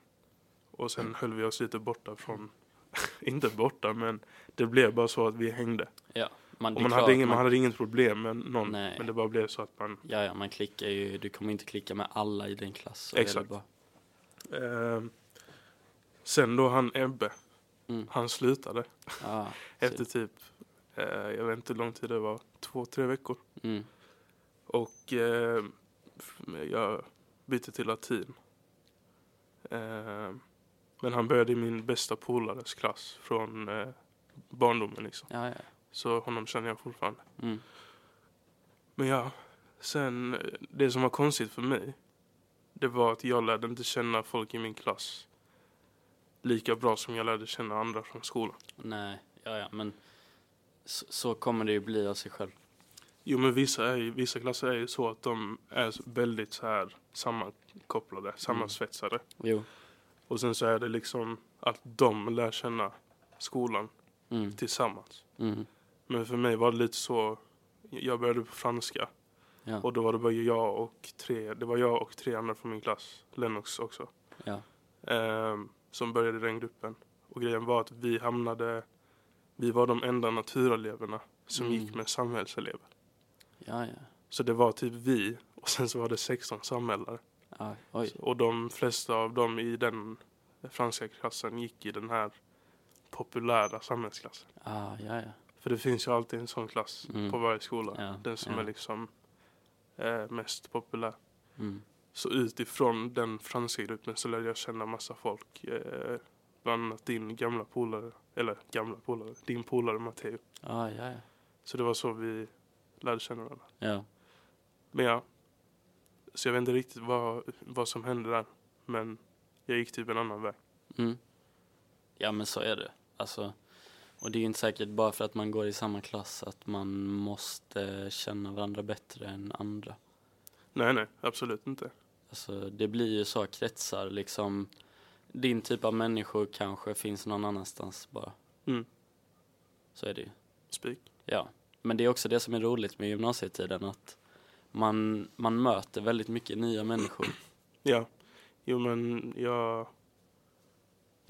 Speaker 1: Och sen höll vi oss lite borta från, inte borta men det blev bara så att vi hängde.
Speaker 2: ja. Man, det
Speaker 1: Och
Speaker 2: är
Speaker 1: man,
Speaker 2: klart
Speaker 1: hade ingen,
Speaker 2: man-
Speaker 1: man hade inget problem med någon
Speaker 2: Nej.
Speaker 1: men det bara blev så att man
Speaker 2: Ja, ja, man klickar ju. Du kommer inte klicka med alla i din klass. så Det är
Speaker 1: Exakt.
Speaker 2: väl bra.
Speaker 1: ehm, Sen då han Ebbe,
Speaker 2: Mm.
Speaker 1: han slutade
Speaker 2: Ja,
Speaker 1: efter typ, eh, jag vet inte hur lång tid det var, två, tre veckor.
Speaker 2: så- mm.
Speaker 1: Och eh, f- jag bytte till latin. Eh, men han började i min bästa polares klass från eh, barndomen liksom.
Speaker 2: ja, mm. ja.
Speaker 1: Så honom känner jag fortfarande.
Speaker 2: Mm.
Speaker 1: Men ja, Sen, eh, det som var konstigt för mig, det var att jag lärde inte känna folk i min klass lika bra som jag lärde känna andra från skolan.
Speaker 2: Nej, ja, ja, men så, så kommer det ju bli av sig själv.
Speaker 1: Jo, men vissa, är, ju- vissa klasser är ju så att de är så- väldigt så här sammankopplade, sammansvetsade.
Speaker 2: Jo.
Speaker 1: Och sen så är det liksom att de lär känna skolan
Speaker 2: Mm,
Speaker 1: tillsammans.
Speaker 2: mm,
Speaker 1: Men för mig var det lite så, jag började på franska
Speaker 2: ja,
Speaker 1: och då var det bara jag och tre, det var jag och tre andra från min klass, Lennox också.
Speaker 2: ja.
Speaker 1: ehm, som började i den gruppen. Och grejen var att vi hamnade, vi var de enda natureleverna som
Speaker 2: Mm.
Speaker 1: gick med samhällselever.
Speaker 2: Ja, ja.
Speaker 1: Så det var typ vi och sen så var det 16 samhällare.
Speaker 2: ja oj.
Speaker 1: Och de flesta av dem i den franska klassen gick i den här populära samhällsklassen.
Speaker 2: Ah, ja, ja.
Speaker 1: För det finns ju alltid en sån klass
Speaker 2: Mm.
Speaker 1: på varje skola.
Speaker 2: Ja,
Speaker 1: den som
Speaker 2: ja.
Speaker 1: är liksom eh, mest populär.
Speaker 2: Mm,
Speaker 1: Så utifrån den franska gruppen så lärde jag känna massa folk. Eh, bland annat din gamla polare, eller gamla polare, din polare Matteo.
Speaker 2: ah, ja, ja.
Speaker 1: Så det var så vi lärde känna varandra.
Speaker 2: Ja,
Speaker 1: Men ja, så jag vet inte riktigt vad, vad som hände där. Men jag gick typ en annan väg.
Speaker 2: mm. ja men så är det. Alltså, och det är ju inte säkert bara för att man går i samma klass att man måste känna varandra bättre än andra.
Speaker 1: Nej, nej, absolut inte.
Speaker 2: Alltså, det blir ju så kretsar liksom. Din typ av människor kanske finns någon annanstans bara.
Speaker 1: Mm.
Speaker 2: Så är det ju.
Speaker 1: Spik.
Speaker 2: Ja. Men det är också det som är roligt med gymnasietiden att man, man möter väldigt mycket nya människor.
Speaker 1: Ja, jo men jag...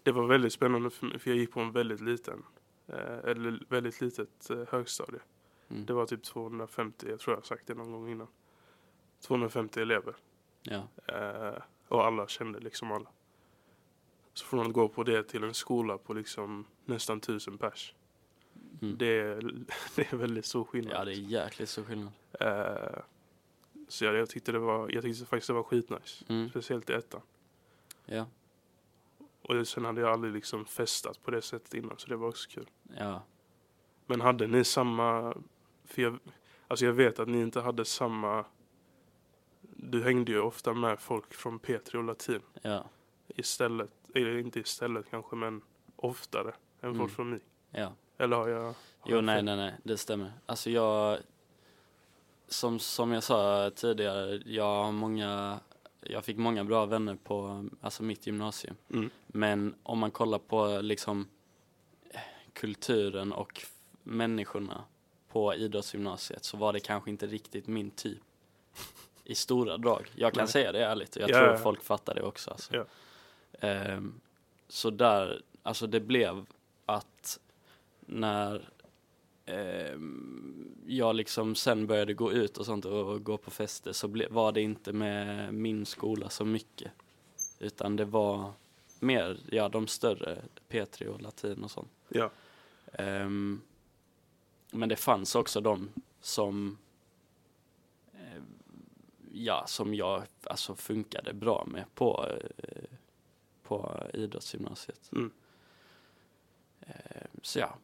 Speaker 1: Det var väldigt spännande för mig, för jag gick på en väldigt liten, eh, eller väldigt litet eh, högstadie.
Speaker 2: Mm.
Speaker 1: Det var typ 250, jag tror jag har sagt det någon gång innan. 250 elever.
Speaker 2: Ja.
Speaker 1: Eh, och alla kände liksom alla. Så från att gå på det till en skola på liksom nästan tusen pers.
Speaker 2: Mm.
Speaker 1: Det, är, det är väldigt stor skillnad.
Speaker 2: ja, det är jäkligt stor skillnad.
Speaker 1: eh, så jag, jag, tyckte det var, jag tyckte faktiskt det var skitnice.
Speaker 2: Mm.
Speaker 1: Speciellt i ettan.
Speaker 2: Ja.
Speaker 1: Och sen hade jag aldrig liksom festat på det sättet innan så det var också kul.
Speaker 2: Ja.
Speaker 1: Men hade ni samma, för jag, alltså jag vet att ni inte hade samma, du hängde ju ofta med folk från P3 och Latin
Speaker 2: Ja.
Speaker 1: istället, eller inte istället kanske men oftare än
Speaker 2: Mm.
Speaker 1: folk från mig.
Speaker 2: Ja.
Speaker 1: Eller har jag? Har
Speaker 2: Jo,
Speaker 1: jag
Speaker 2: nej,
Speaker 1: fel?
Speaker 2: nej, nej, det stämmer. Alltså jag, som, som jag sa tidigare, jag har många, jag fick många bra vänner på, alltså mitt gymnasium.
Speaker 1: Mm.
Speaker 2: Men om man kollar på liksom eh, kulturen och f- människorna på idrottsgymnasiet så var det kanske inte riktigt min typ i stora drag. Jag kan
Speaker 1: Nej.
Speaker 2: säga det ärligt och jag
Speaker 1: Ja,
Speaker 2: tror
Speaker 1: ja.
Speaker 2: folk fattar det också. Alltså.
Speaker 1: Ja.
Speaker 2: Ehm, så där, alltså det blev att när ehm, jag liksom sen började gå ut och sånt och, och gå på fester så ble, var det inte med min skola så mycket. Utan det var mer, ja de större, P3 och latin och sånt.
Speaker 1: Ja,
Speaker 2: Ehm, men det fanns också de som eh, ja, som jag alltså funkade bra med på, eh, på idrottsgymnasiet.
Speaker 1: Mm.
Speaker 2: Ehm, så ja.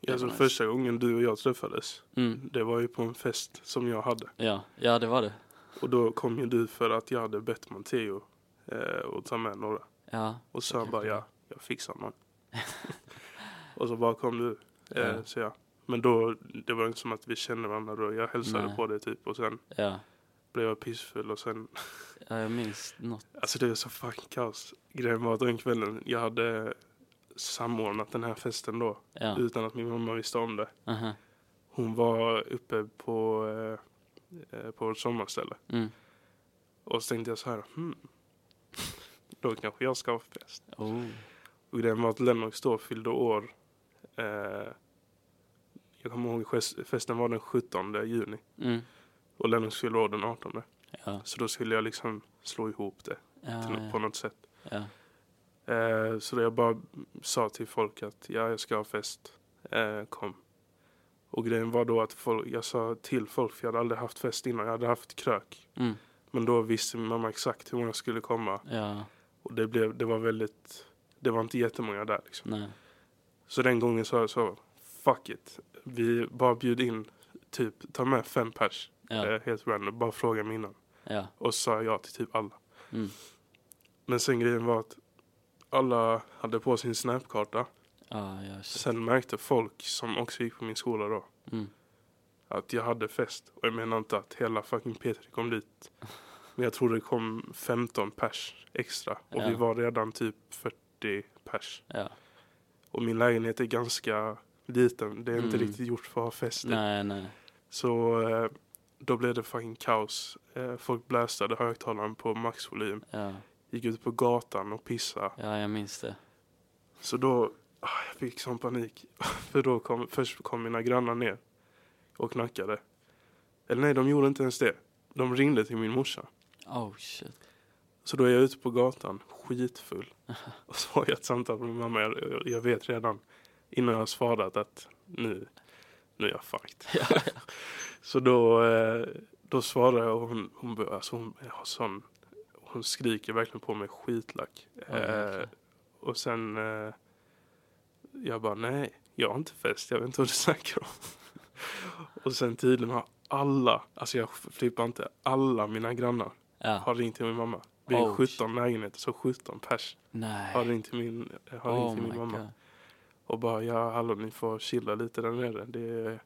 Speaker 2: Det
Speaker 1: alltså
Speaker 2: var nice.
Speaker 1: första gången du och jag träffades,
Speaker 2: Mm.
Speaker 1: det var ju på en fest som jag hade.
Speaker 2: ja. Ja, det var det.
Speaker 1: Och då kom ju du för att jag hade bett Matteo eh, att ta med några.
Speaker 2: Ja,
Speaker 1: Och så han
Speaker 2: kanske
Speaker 1: bara,
Speaker 2: det.
Speaker 1: ja, jag fixar någon. och så bara kom du. Eh,
Speaker 2: Ja.
Speaker 1: Så ja. Men då, det var inte som att vi kände varandra då. Jag hälsade
Speaker 2: Nej.
Speaker 1: på dig typ och sen
Speaker 2: ja.
Speaker 1: blev jag pissfull och sen,
Speaker 2: ja jag minns något.
Speaker 1: alltså det var så fucking kaos. Grejen var att den kvällen, jag hade samordnat den här festen då
Speaker 2: Ja.
Speaker 1: utan att min mamma visste om det.
Speaker 2: Aha.
Speaker 1: Hon var uppe på, eh, eh, på vårt sommarställe
Speaker 2: Mm.
Speaker 1: och så tänkte jag så här, hmm, då kanske jag ska ha fest.
Speaker 2: Oh.
Speaker 1: Och grejen var att Lennox då fyllde år. Eh, jag kommer ihåg gest- festen var den 17 juni.
Speaker 2: Mm.
Speaker 1: Och Lennox fyllde år den 18.
Speaker 2: Ja. Ah,
Speaker 1: Så då skulle jag liksom slå ihop det till,
Speaker 2: Ja,
Speaker 1: på
Speaker 2: ja.
Speaker 1: något sätt.
Speaker 2: ja.
Speaker 1: Eh, så då jag bara sa till folk att ja, jag ska ha fest. Eh, kom. Och grejen var då att folk, jag sa till folk, för jag hade aldrig haft fest innan. Jag hade haft krök.
Speaker 2: Mm.
Speaker 1: Men då visste min mamma exakt hur många skulle komma.
Speaker 2: ja.
Speaker 1: Och det, blev, det var väldigt, det var inte jättemånga där liksom.
Speaker 2: Nej.
Speaker 1: Så den gången sa jag så, fuck it. Vi bara bjud in, typ ta med fem pers.
Speaker 2: Ja,
Speaker 1: eh, helt random, bara fråga mig innan.
Speaker 2: ja.
Speaker 1: Och så sa jag ja till typ alla.
Speaker 2: Mm.
Speaker 1: Men sen grejen var att alla hade på sin snapkarta.
Speaker 2: Ah, ja, shit.
Speaker 1: Sen märkte folk som också gick på min skola då
Speaker 2: Mm.
Speaker 1: att jag hade fest. Och jag menar inte att hela fucking P3 kom dit. Men jag tror det kom 15 pers extra. Och vi
Speaker 2: Ja.
Speaker 1: var redan typ 40 pers.
Speaker 2: Ja.
Speaker 1: Och min lägenhet är ganska liten. Det är inte
Speaker 2: Mm.
Speaker 1: riktigt gjort för att ha fest i.
Speaker 2: Nej, nej.
Speaker 1: Så eh, då blev det fucking kaos. Eh, folk blästade högtalaren på maxvolym.
Speaker 2: Ja.
Speaker 1: Gick ut på gatan och pissade.
Speaker 2: ja, jag minns det.
Speaker 1: Så då ah, jag fick sån panik. För då kom, först kom mina grannar ner och knackade. Eller nej, de gjorde inte ens det. De ringde till min morsa.
Speaker 2: Oh, shit.
Speaker 1: Så då är jag ute på gatan, skitfull. Och så har jag ett samtal med min mamma. Jag, jag, jag vet redan innan jag har svarat att nu, nu är jag fucked.
Speaker 2: Ja,
Speaker 1: Så då, eh, då svarar jag och hon, hon, bör- alltså hon, jag har sån, hon skriker verkligen på mig skitlack.
Speaker 2: Oj,
Speaker 1: eh,
Speaker 2: jäklar.
Speaker 1: och sen eh, jag bara nej, jag har inte fest, jag vet inte vad du snackar om. och sen tydligen har alla, alltså jag flippar inte, alla mina grannar
Speaker 2: Ja.
Speaker 1: har ringt till min mamma. Vi är
Speaker 2: Oj.
Speaker 1: 17 lägenheter, så 17 pers har
Speaker 2: Nej.
Speaker 1: ringt till min, har ringt
Speaker 2: Oh
Speaker 1: till
Speaker 2: my
Speaker 1: min mamma.
Speaker 2: god.
Speaker 1: Och bara, ja hallå ni får chilla lite där nere. Det, är-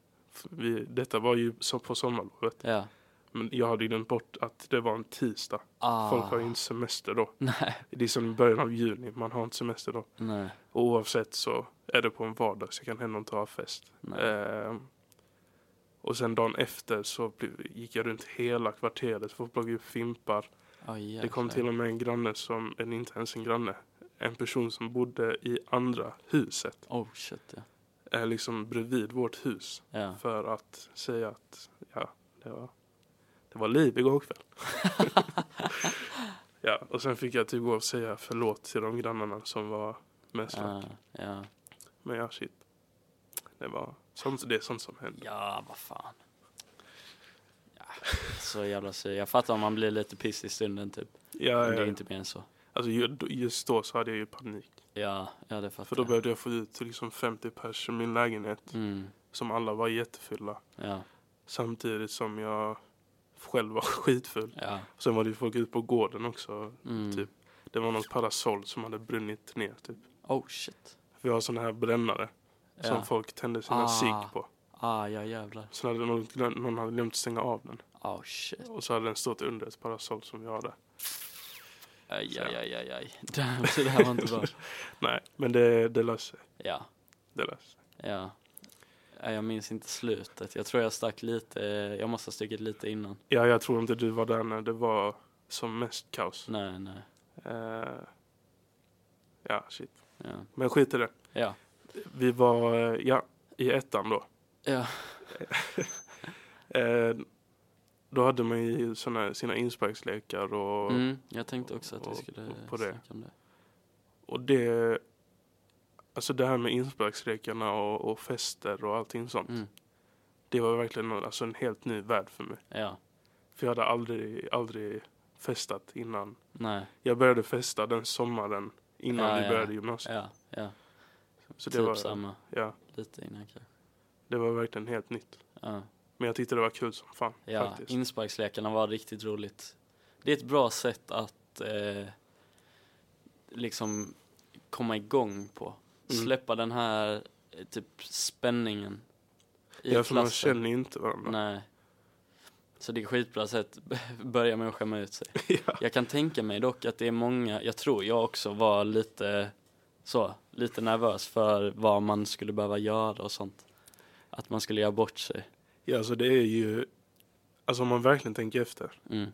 Speaker 1: vi, detta var ju så på sommarlovet.
Speaker 2: Ja.
Speaker 1: Men jag hade ju glömt bort att det var en tisdag.
Speaker 2: Ah.
Speaker 1: Folk har ju inte semester då.
Speaker 2: Nej,
Speaker 1: Det är som i början av juni, man har inte semester då.
Speaker 2: nej.
Speaker 1: Och oavsett så är det på en vardag så jag kan ändå inte ha fest.
Speaker 2: nej.
Speaker 1: Ehm, och sen dagen efter så blev- gick jag runt hela kvarteret för att plocka upp fimpar.
Speaker 2: Oj,
Speaker 1: Det kom
Speaker 2: jäklar.
Speaker 1: till och med en granne som, eller inte ens en granne, en person som bodde i andra huset,
Speaker 2: Oh shit ja.
Speaker 1: eh, liksom bredvid vårt hus,
Speaker 2: Ja,
Speaker 1: för att säga att ja, det var, det var liv igår kväll. ja, och sen fick jag typ gå och säga förlåt till de grannarna som var mest
Speaker 2: ja,
Speaker 1: uh.
Speaker 2: ja.
Speaker 1: Men ja, shit. Det var sånt, det är sånt som händer.
Speaker 2: ja vad fan. Ja, så jävla sur. Jag fattar om man blir lite piss i stunden typ.
Speaker 1: Ja,
Speaker 2: Men det är
Speaker 1: ja,
Speaker 2: inte mer än så.
Speaker 1: alltså ju- just då så hade jag ju panik.
Speaker 2: Ja, ja det fattar
Speaker 1: För då
Speaker 2: jag.
Speaker 1: behövde jag få ut liksom 50 pers i min lägenhet
Speaker 2: Mm,
Speaker 1: som alla var jättefylla.
Speaker 2: ja,
Speaker 1: Samtidigt som jag själv var skitfull.
Speaker 2: ja.
Speaker 1: Sen var det ju folk ute på gården också.
Speaker 2: Mm.
Speaker 1: Typ. Det var något parasoll som hade brunnit ner. Typ.
Speaker 2: Oh shit.
Speaker 1: Vi har sådana här brännare
Speaker 2: Ja.
Speaker 1: som folk tände sina
Speaker 2: Ah.
Speaker 1: cigg på.
Speaker 2: Ah, ja jävlar.
Speaker 1: Sen hade någon, glöm- någon hade glömt stänga av den.
Speaker 2: Oh shit.
Speaker 1: Och så hade den stått under ett parasoll som vi hade.
Speaker 2: Aj,
Speaker 1: Så, ja.
Speaker 2: aj, aj, aj, aj. Damn, så det här var inte bra.
Speaker 1: Nej, men det, det löser sig.
Speaker 2: Ja,
Speaker 1: Det löser sig.
Speaker 2: ja. Ja, Jag minns inte slutet. Jag tror jag stack lite. Jag måste ha stuckit lite innan.
Speaker 1: Ja, jag tror inte du var där när det var som mest kaos.
Speaker 2: Nej, nej.
Speaker 1: Eh, ja, shit.
Speaker 2: Ja,
Speaker 1: Men skit i det.
Speaker 2: ja.
Speaker 1: Vi var, eh, ja, i ettan då.
Speaker 2: ja.
Speaker 1: Eh, då hade man ju såna, sina insparkslekar och,
Speaker 2: Mm, jag tänkte också att vi
Speaker 1: och-
Speaker 2: skulle
Speaker 1: och på det.
Speaker 2: snacka om det.
Speaker 1: och det... Alltså det här med insparkslekarna och, och fester och allting sånt.
Speaker 2: Mm,
Speaker 1: Det var verkligen någon- alltså en helt ny värld för mig.
Speaker 2: ja,
Speaker 1: För jag hade aldrig, aldrig festat innan.
Speaker 2: nej,
Speaker 1: Jag började festa den sommaren innan
Speaker 2: Ja,
Speaker 1: vi
Speaker 2: ja.
Speaker 1: började gymnasiet.
Speaker 2: ja, ja.
Speaker 1: Så det
Speaker 2: typ
Speaker 1: var,
Speaker 2: samma,
Speaker 1: ja,
Speaker 2: lite innan kanske.
Speaker 1: det var verkligen helt nytt.
Speaker 2: Ja,
Speaker 1: Men jag tyckte det var kul som fan
Speaker 2: ja.
Speaker 1: faktiskt.
Speaker 2: insparkslekarna var riktigt roligt. Det är ett bra sätt att eh, liksom komma igång på.
Speaker 1: Mm.
Speaker 2: Släppa den här eh, typ spänningen i
Speaker 1: ja, för
Speaker 2: klassen.
Speaker 1: man känner ju inte varandra.
Speaker 2: Nej. Så det är ett skitbra sätt, börja med att skämma ut sig.
Speaker 1: ja.
Speaker 2: Jag kan tänka mig dock att det är många, jag tror jag också var lite så, lite nervös för vad man skulle behöva göra och sånt. Att man skulle göra bort sig.
Speaker 1: ja, alltså det är ju... Alltså om man verkligen tänker efter.
Speaker 2: Mm.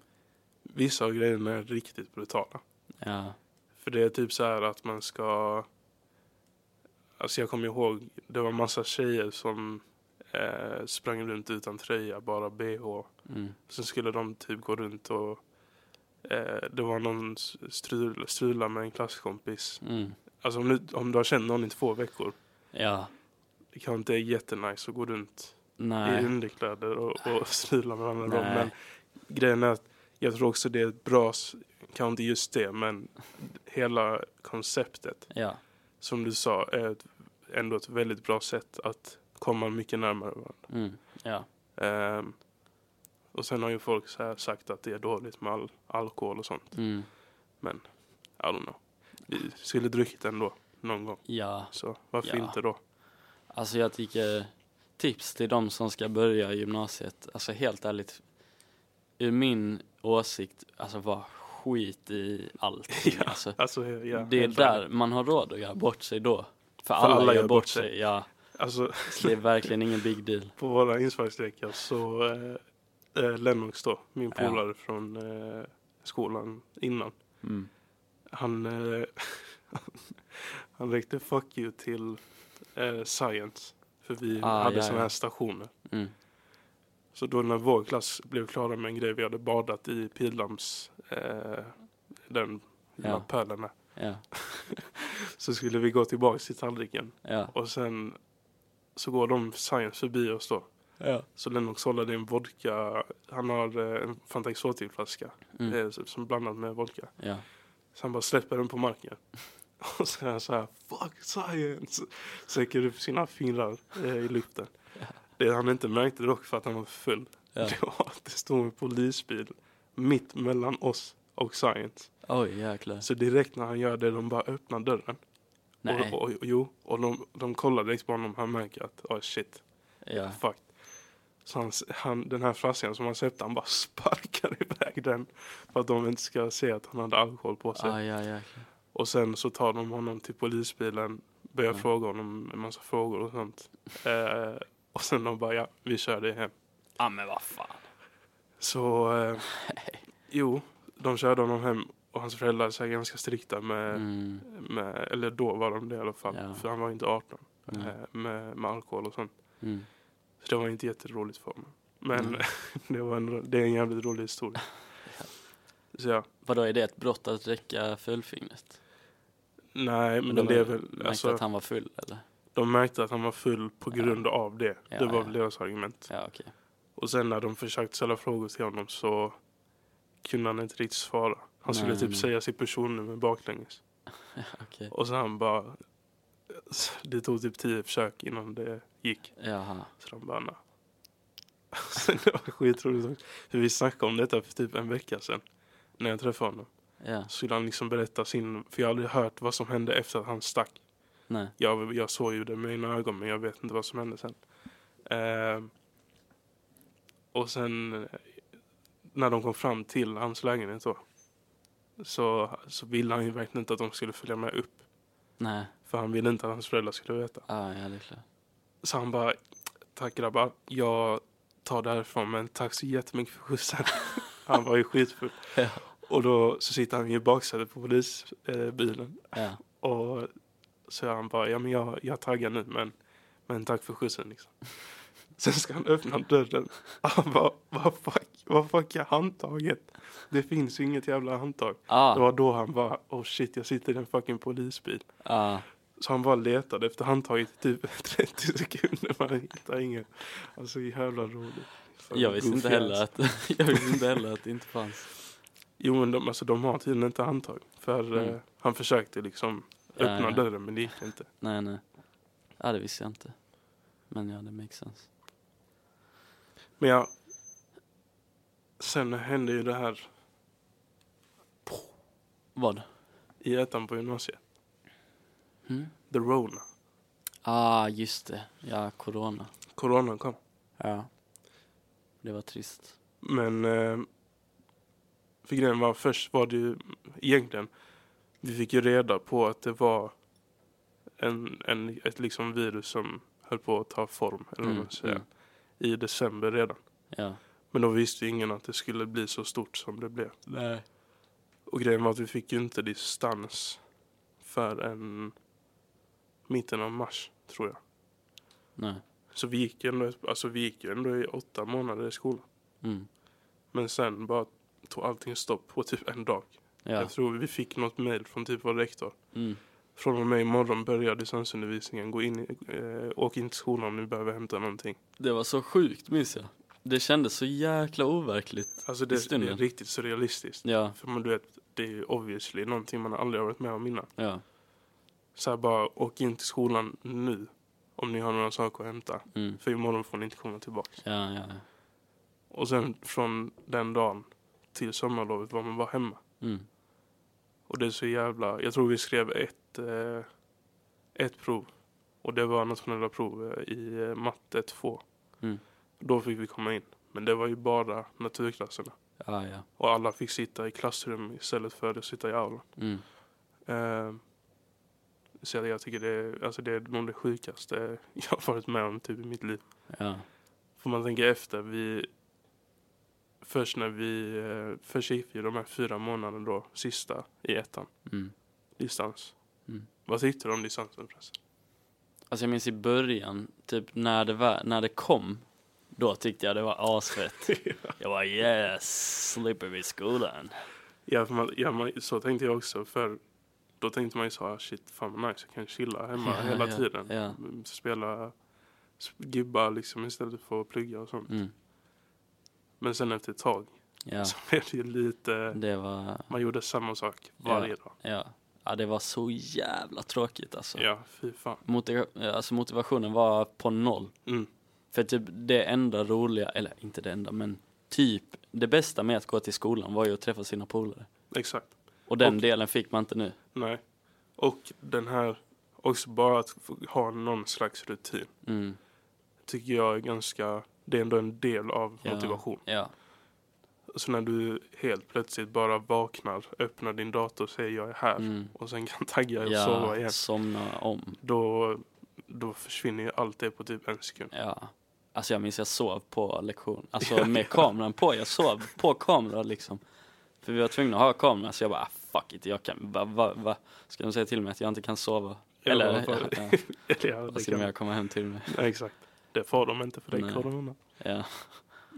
Speaker 1: Vissa av grejerna är riktigt brutala.
Speaker 2: Ja,
Speaker 1: För det är typ så här att man ska... Alltså jag kommer ihåg, det var massa tjejer som eh, sprang runt utan tröja, bara bh.
Speaker 2: mm.
Speaker 1: Sen skulle de typ gå runt och... Eh, det var någon s- strul, strula med en klasskompis.
Speaker 2: Mm.
Speaker 1: Alltså om du, om du har känt någon i två veckor,
Speaker 2: ja,
Speaker 1: det kanske inte är jättenice att gå runt i
Speaker 2: nej,
Speaker 1: underkläder och, och strula med varandra. då. Men
Speaker 2: nej,
Speaker 1: grejen är att jag tror också det är ett bra, s- kanske inte just det, men hela konceptet
Speaker 2: ja,
Speaker 1: som du sa är ett, ändå ett väldigt bra sätt att komma mycket närmare varandra.
Speaker 2: mm. ja,
Speaker 1: Ehm, Och sen har ju folk så här sagt att det är dåligt med all alkohol och sånt.
Speaker 2: Mm.
Speaker 1: Men, I don't know. Vi skulle druckit ändå, någon gång.
Speaker 2: Ja,
Speaker 1: Så varför
Speaker 2: Ja.
Speaker 1: inte då?
Speaker 2: alltså jag tycker tips till de som ska börja gymnasiet, alltså helt ärligt, ur min åsikt, alltså bara skit i allt.
Speaker 1: Ja,
Speaker 2: alltså,
Speaker 1: Alltså, ja,
Speaker 2: det är
Speaker 1: helt ärligt.
Speaker 2: där man har råd att göra bort sig då. För, alla,
Speaker 1: alla
Speaker 2: gör,
Speaker 1: gör
Speaker 2: bort
Speaker 1: bort sig.
Speaker 2: sig. Ja,
Speaker 1: Alltså,
Speaker 2: det är verkligen ingen big deal.
Speaker 1: på våra inspelningssträcka så eh, eh, Lennox då, min
Speaker 2: Ja.
Speaker 1: polare från eh, skolan innan.
Speaker 2: Mm.
Speaker 1: Han, eh, han räckte fuck you till eh, science. För vi
Speaker 2: Ah,
Speaker 1: hade
Speaker 2: ja,
Speaker 1: sådana
Speaker 2: ja.
Speaker 1: här stationer.
Speaker 2: Mm.
Speaker 1: Så då när vår klass blev klara med en grej, vi hade badat i Pilams, eh, den
Speaker 2: Ja.
Speaker 1: ja. pölen där.
Speaker 2: Ja,
Speaker 1: Så skulle vi gå tillbaka till tallriken.
Speaker 2: ja.
Speaker 1: Och sen så går de science förbi oss då.
Speaker 2: ja.
Speaker 1: Så Lennox håller i en vodka, han har eh, en Fanta Exotic-flaska
Speaker 2: Mm.
Speaker 1: eh, som- som blandat med vodka.
Speaker 2: ja.
Speaker 1: Så han bara släpper den på marken. Och så är han så här, fuck science! Söker upp sina fingrar eh, i luften. Det han inte märkte dock för att han var full,
Speaker 2: ja.
Speaker 1: det var att det stod en polisbil mitt mellan oss och science.
Speaker 2: Oj, jäklar.
Speaker 1: Så direkt när han gör det, de bara öppnar dörren.
Speaker 2: Nej.
Speaker 1: Och, och, och, jo, och de, de kollar direkt på honom, han märker att, oh shit,
Speaker 2: Ja.
Speaker 1: Fuck. Så han, han, den här flaskan som han släppte, han bara sparkar iväg den. För att de inte ska se att han hade alkohol på sig.
Speaker 2: Ah, ja, jäklar.
Speaker 1: Och sen så tar de honom till polisbilen, börjar
Speaker 2: Ja.
Speaker 1: fråga honom en massa frågor och sånt. Eh, och sen de bara, ja, vi kör dig hem.
Speaker 2: Ja, men vad fan.
Speaker 1: Så, eh, jo, de körde honom hem. Och hans föräldrar är så här ganska strikta med,
Speaker 2: Mm.
Speaker 1: med, eller då var de det i alla fall.
Speaker 2: Ja.
Speaker 1: För han var inte 18,
Speaker 2: Nej.
Speaker 1: eh, med, med alkohol och sånt.
Speaker 2: Mm.
Speaker 1: Så det var inte jätteroligt för mig. Men
Speaker 2: Nej.
Speaker 1: det, var en, det är en jävligt rolig historia. Så ja,
Speaker 2: Vadå, är det ett brott att räcka fullfingret?
Speaker 1: nej men,
Speaker 2: Men de
Speaker 1: det är
Speaker 2: märkte
Speaker 1: väl,
Speaker 2: Märkte
Speaker 1: alltså,
Speaker 2: att han var full eller?
Speaker 1: de märkte att han var full på
Speaker 2: Ja.
Speaker 1: grund av det.
Speaker 2: Ja,
Speaker 1: det var
Speaker 2: ja.
Speaker 1: väl deras argument.
Speaker 2: Ja, okej.
Speaker 1: Och sen när de försökte ställa frågor till honom så kunde han inte riktigt svara. Han skulle
Speaker 2: Nej,
Speaker 1: typ
Speaker 2: nej.
Speaker 1: säga sitt personnummer baklänges.
Speaker 2: Okej.
Speaker 1: Och så han bara, det tog typ tio försök innan det gick.
Speaker 2: Jaha.
Speaker 1: Så de bara, nej. Sen det var skitroligt också. För vi snackade om detta för typ en vecka sedan. När jag träffade honom.
Speaker 2: Ja.
Speaker 1: Så skulle han liksom berätta sin, för jag har aldrig hört vad som hände efter att han stack.
Speaker 2: Nej.
Speaker 1: Jag, jag såg ju det med mina ögon men jag vet inte vad som hände sen. Ehm, och sen eh, när de kom fram till hans lägenhet då. Så, så ville han ju verkligen inte att de skulle följa med upp.
Speaker 2: Nej.
Speaker 1: För han ville inte att hans föräldrar skulle veta.
Speaker 2: Ah, ja, det är klart.
Speaker 1: Så han bara, tack grabbar, jag tar därifrån men tack så jättemycket för skjutsen. han var ju skitfull.
Speaker 2: Ja.
Speaker 1: Och då så sitter han ju i baksätet på eh, polisbilen.
Speaker 2: Ja.
Speaker 1: Och så är han bara, ja men jag, jag taggar nu men, men tack för skjutsen liksom. Sen ska han öppna dörren. Han bara, vad fuck, vad fuck är handtaget? Det finns ju inget jävla handtag. Det
Speaker 2: Ah.
Speaker 1: var då han bara, oh shit jag sitter i en fucking polisbil.
Speaker 2: Ah.
Speaker 1: Så han bara letade efter handtaget i typ 30 sekunder. Man hittar inget. Alltså jävla roligt. Fan,
Speaker 2: Jag visste inte
Speaker 1: goofy
Speaker 2: heller
Speaker 1: ass.
Speaker 2: att, jag visste inte heller att det inte fanns.
Speaker 1: Jo men de, alltså, de har tydligen inte handtag. För
Speaker 2: Mm.
Speaker 1: eh, han försökte liksom
Speaker 2: Ja,
Speaker 1: öppna
Speaker 2: ja.
Speaker 1: dörren men det gick inte.
Speaker 2: Nej, nej. Ja, det visste jag inte. Men ja, det makes sense.
Speaker 1: Men ja. Sen hände ju det här
Speaker 2: Vad?
Speaker 1: i ettan på gymnasiet.
Speaker 2: Mm?
Speaker 1: The Rona.
Speaker 2: Ah, just det. Ja, corona.
Speaker 1: Coronan kom.
Speaker 2: Ja. Det var trist.
Speaker 1: Men eh, för grejen var först var det ju egentligen vi fick ju reda på att det var en, en, ett liksom virus som höll på att ta form eller vad man ska säga,
Speaker 2: mm.
Speaker 1: i december redan.
Speaker 2: Ja.
Speaker 1: Men då visste ju ingen att det skulle bli så stort som det blev.
Speaker 2: Nej.
Speaker 1: Och grejen var att vi fick ju inte distans förrän mitten av mars tror jag.
Speaker 2: Nej.
Speaker 1: Så vi gick, ju ändå, alltså vi gick ju ändå i åtta månader i skolan.
Speaker 2: Mm.
Speaker 1: Men sen bara tog allting stopp på typ en dag.
Speaker 2: Ja.
Speaker 1: Jag tror vi fick något mejl från typ vår rektor.
Speaker 2: Mm.
Speaker 1: Från och med imorgon börjar distansundervisningen. Gå in, i- eh, åk in till skolan om ni behöver hämta någonting.
Speaker 2: Det var så sjukt minns jag. Det kändes så jäkla overkligt.
Speaker 1: Alltså
Speaker 2: I
Speaker 1: det, det
Speaker 2: stunden.
Speaker 1: är riktigt surrealistiskt.
Speaker 2: Ja,
Speaker 1: För man, du vet, det är ju obviously någonting man aldrig har varit med om innan.
Speaker 2: ja.
Speaker 1: Så här bara, åk in till skolan nu. Om ni har några saker att hämta.
Speaker 2: Mm.
Speaker 1: För imorgon får ni inte komma tillbaka.
Speaker 2: Ja, ja, ja.
Speaker 1: Och sen från den dagen till sommarlovet var man bara hemma.
Speaker 2: Mm.
Speaker 1: Och det är så jävla... Jag tror vi skrev ett, eh, ett prov. Och det var nationella prov eh, i eh, matte 2.
Speaker 2: Mm.
Speaker 1: Då fick vi komma in. Men det var ju bara naturklasserna.
Speaker 2: Ja, ja.
Speaker 1: Och alla fick sitta i klassrum istället för att sitta i aula.
Speaker 2: Mm.
Speaker 1: Eh, så jag tycker det är, alltså det är nog det sjukaste jag har varit med om typ i mitt liv.
Speaker 2: Ja.
Speaker 1: Får man tänka efter. Vi, först när vi, eh, först gick vi de här fyra månaderna då, sista i ettan,
Speaker 2: Mm.
Speaker 1: distans.
Speaker 2: Mm.
Speaker 1: Vad tyckte du om distansen förresten?
Speaker 2: Alltså jag minns i början, typ när det, var, när det kom, då tyckte jag det var asfett. jag var yes, slipper vi skolan.
Speaker 1: Ja, för man, ja man, så tänkte jag också för då tänkte man ju så här, shit fan vad nice, jag kan chilla hemma
Speaker 2: Ja,
Speaker 1: hela
Speaker 2: ja,
Speaker 1: tiden.
Speaker 2: ja.
Speaker 1: Mm, Spela, sp- gibba liksom istället för att plugga och sånt.
Speaker 2: Mm.
Speaker 1: Men sen efter ett tag
Speaker 2: Ja,
Speaker 1: så blev det ju lite,
Speaker 2: det var,
Speaker 1: man gjorde samma sak varje dag.
Speaker 2: ja. ja, det var så jävla tråkigt alltså.
Speaker 1: Ja, fy fan.
Speaker 2: Motiva- alltså motivationen var på noll.
Speaker 1: Mm.
Speaker 2: För typ det enda roliga, eller inte det enda, men typ det bästa med att gå till skolan var ju att träffa sina polare.
Speaker 1: Exakt.
Speaker 2: Och den
Speaker 1: Och-
Speaker 2: delen fick man inte nu.
Speaker 1: Nej. Och den här, också bara att få ha någon slags rutin
Speaker 2: Mm.
Speaker 1: tycker jag är ganska, det är ändå en del av
Speaker 2: Ja.
Speaker 1: motivation.
Speaker 2: Ja,
Speaker 1: Så när du helt plötsligt bara vaknar, öppnar din dator och säger jag är här
Speaker 2: mm.
Speaker 1: och sen kan tagga och sova
Speaker 2: ja
Speaker 1: igen.
Speaker 2: somna om.
Speaker 1: Då, då försvinner ju allt det på typ en sekund.
Speaker 2: Ja. Alltså jag minns jag sov på lektion. Alltså med kameran på. Jag sov på kamera liksom. För vi var tvungna att ha kamera så jag bara ah, fuck it, jag kan, va, va, va. Ska de säga till mig att jag inte kan sova? Eller,
Speaker 1: Ja,
Speaker 2: ja,
Speaker 1: vad-
Speaker 2: ja,
Speaker 1: Eller ja,
Speaker 2: vad
Speaker 1: det
Speaker 2: ska
Speaker 1: kan,
Speaker 2: de göra, komma hem till mig?
Speaker 1: ja, exakt. Det får de inte för det
Speaker 2: Nej.
Speaker 1: är corona.
Speaker 2: Ja,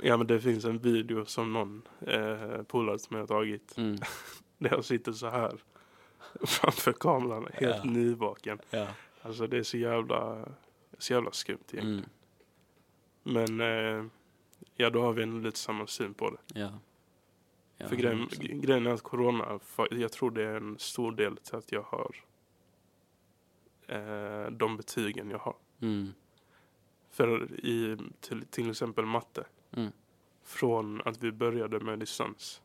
Speaker 1: Ja men det finns en video som någon eh, polare som jag har tagit
Speaker 2: mm,
Speaker 1: Där jag sitter så här framför kameran, helt
Speaker 2: Ja.
Speaker 1: nyvaken.
Speaker 2: ja,
Speaker 1: Alltså det är så jävla, så jävla skumt egentligen.
Speaker 2: mm,
Speaker 1: Men eh, ja, då har vi en lite samma syn på det.
Speaker 2: ja. ja Mm.
Speaker 1: För grejen,
Speaker 2: 100%.
Speaker 1: grejen är att corona, fa- jag tror det är en stor del till att jag har eh, de betygen jag har.
Speaker 2: Mm,
Speaker 1: För i till, till exempel matte,
Speaker 2: mm.
Speaker 1: från att vi började med distans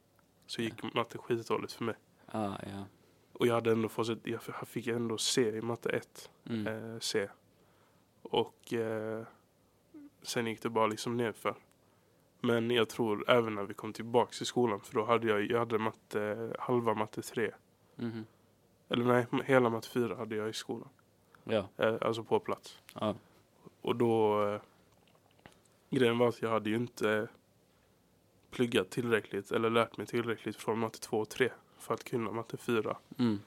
Speaker 1: så gick matte skitdåligt för mig.
Speaker 2: Ah, ja,
Speaker 1: Och jag hade ändå fått, jag fick ändå C i matte 1.
Speaker 2: mm,
Speaker 1: eh, C. Och eh, sen gick det bara liksom nerför. Men jag tror även när vi kom tillbaka till skolan för då hade jag, jag hade matte, halva matte 3.
Speaker 2: mhm.
Speaker 1: Eller nej, hela matte 4 hade jag i skolan.
Speaker 2: ja,
Speaker 1: Eh, alltså på plats.
Speaker 2: ja,
Speaker 1: Och då, eh, grejen var att jag hade ju inte pluggat tillräckligt eller lärt mig tillräckligt från matte 2 och 3 för att kunna matte 4.
Speaker 2: mm.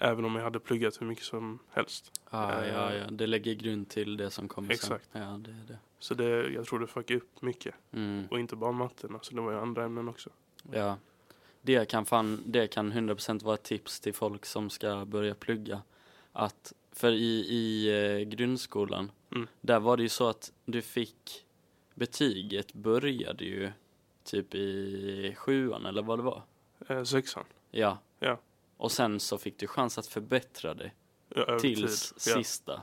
Speaker 1: Även om jag hade pluggat hur mycket som helst.
Speaker 2: Ah,
Speaker 1: Eh,
Speaker 2: ja, ja, det lägger grund till det som kommer
Speaker 1: Exakt.
Speaker 2: sen. Ja, det är det.
Speaker 1: Så det, jag tror det fuckade upp mycket.
Speaker 2: Mm.
Speaker 1: Och inte bara matten, alltså det var ju andra ämnen också.
Speaker 2: Ja. Det kan fan, det kan 100% vara ett tips till folk som ska börja plugga. Att, för i, i eh, grundskolan,
Speaker 1: Mm.
Speaker 2: där var det ju så att du fick betyget började ju typ i sjuan eller vad det var.
Speaker 1: Eh, sexan.
Speaker 2: Ja.
Speaker 1: Ja.
Speaker 2: Och sen så fick du chans att förbättra dig
Speaker 1: Ja, över
Speaker 2: tills
Speaker 1: tid. Ja.
Speaker 2: sista.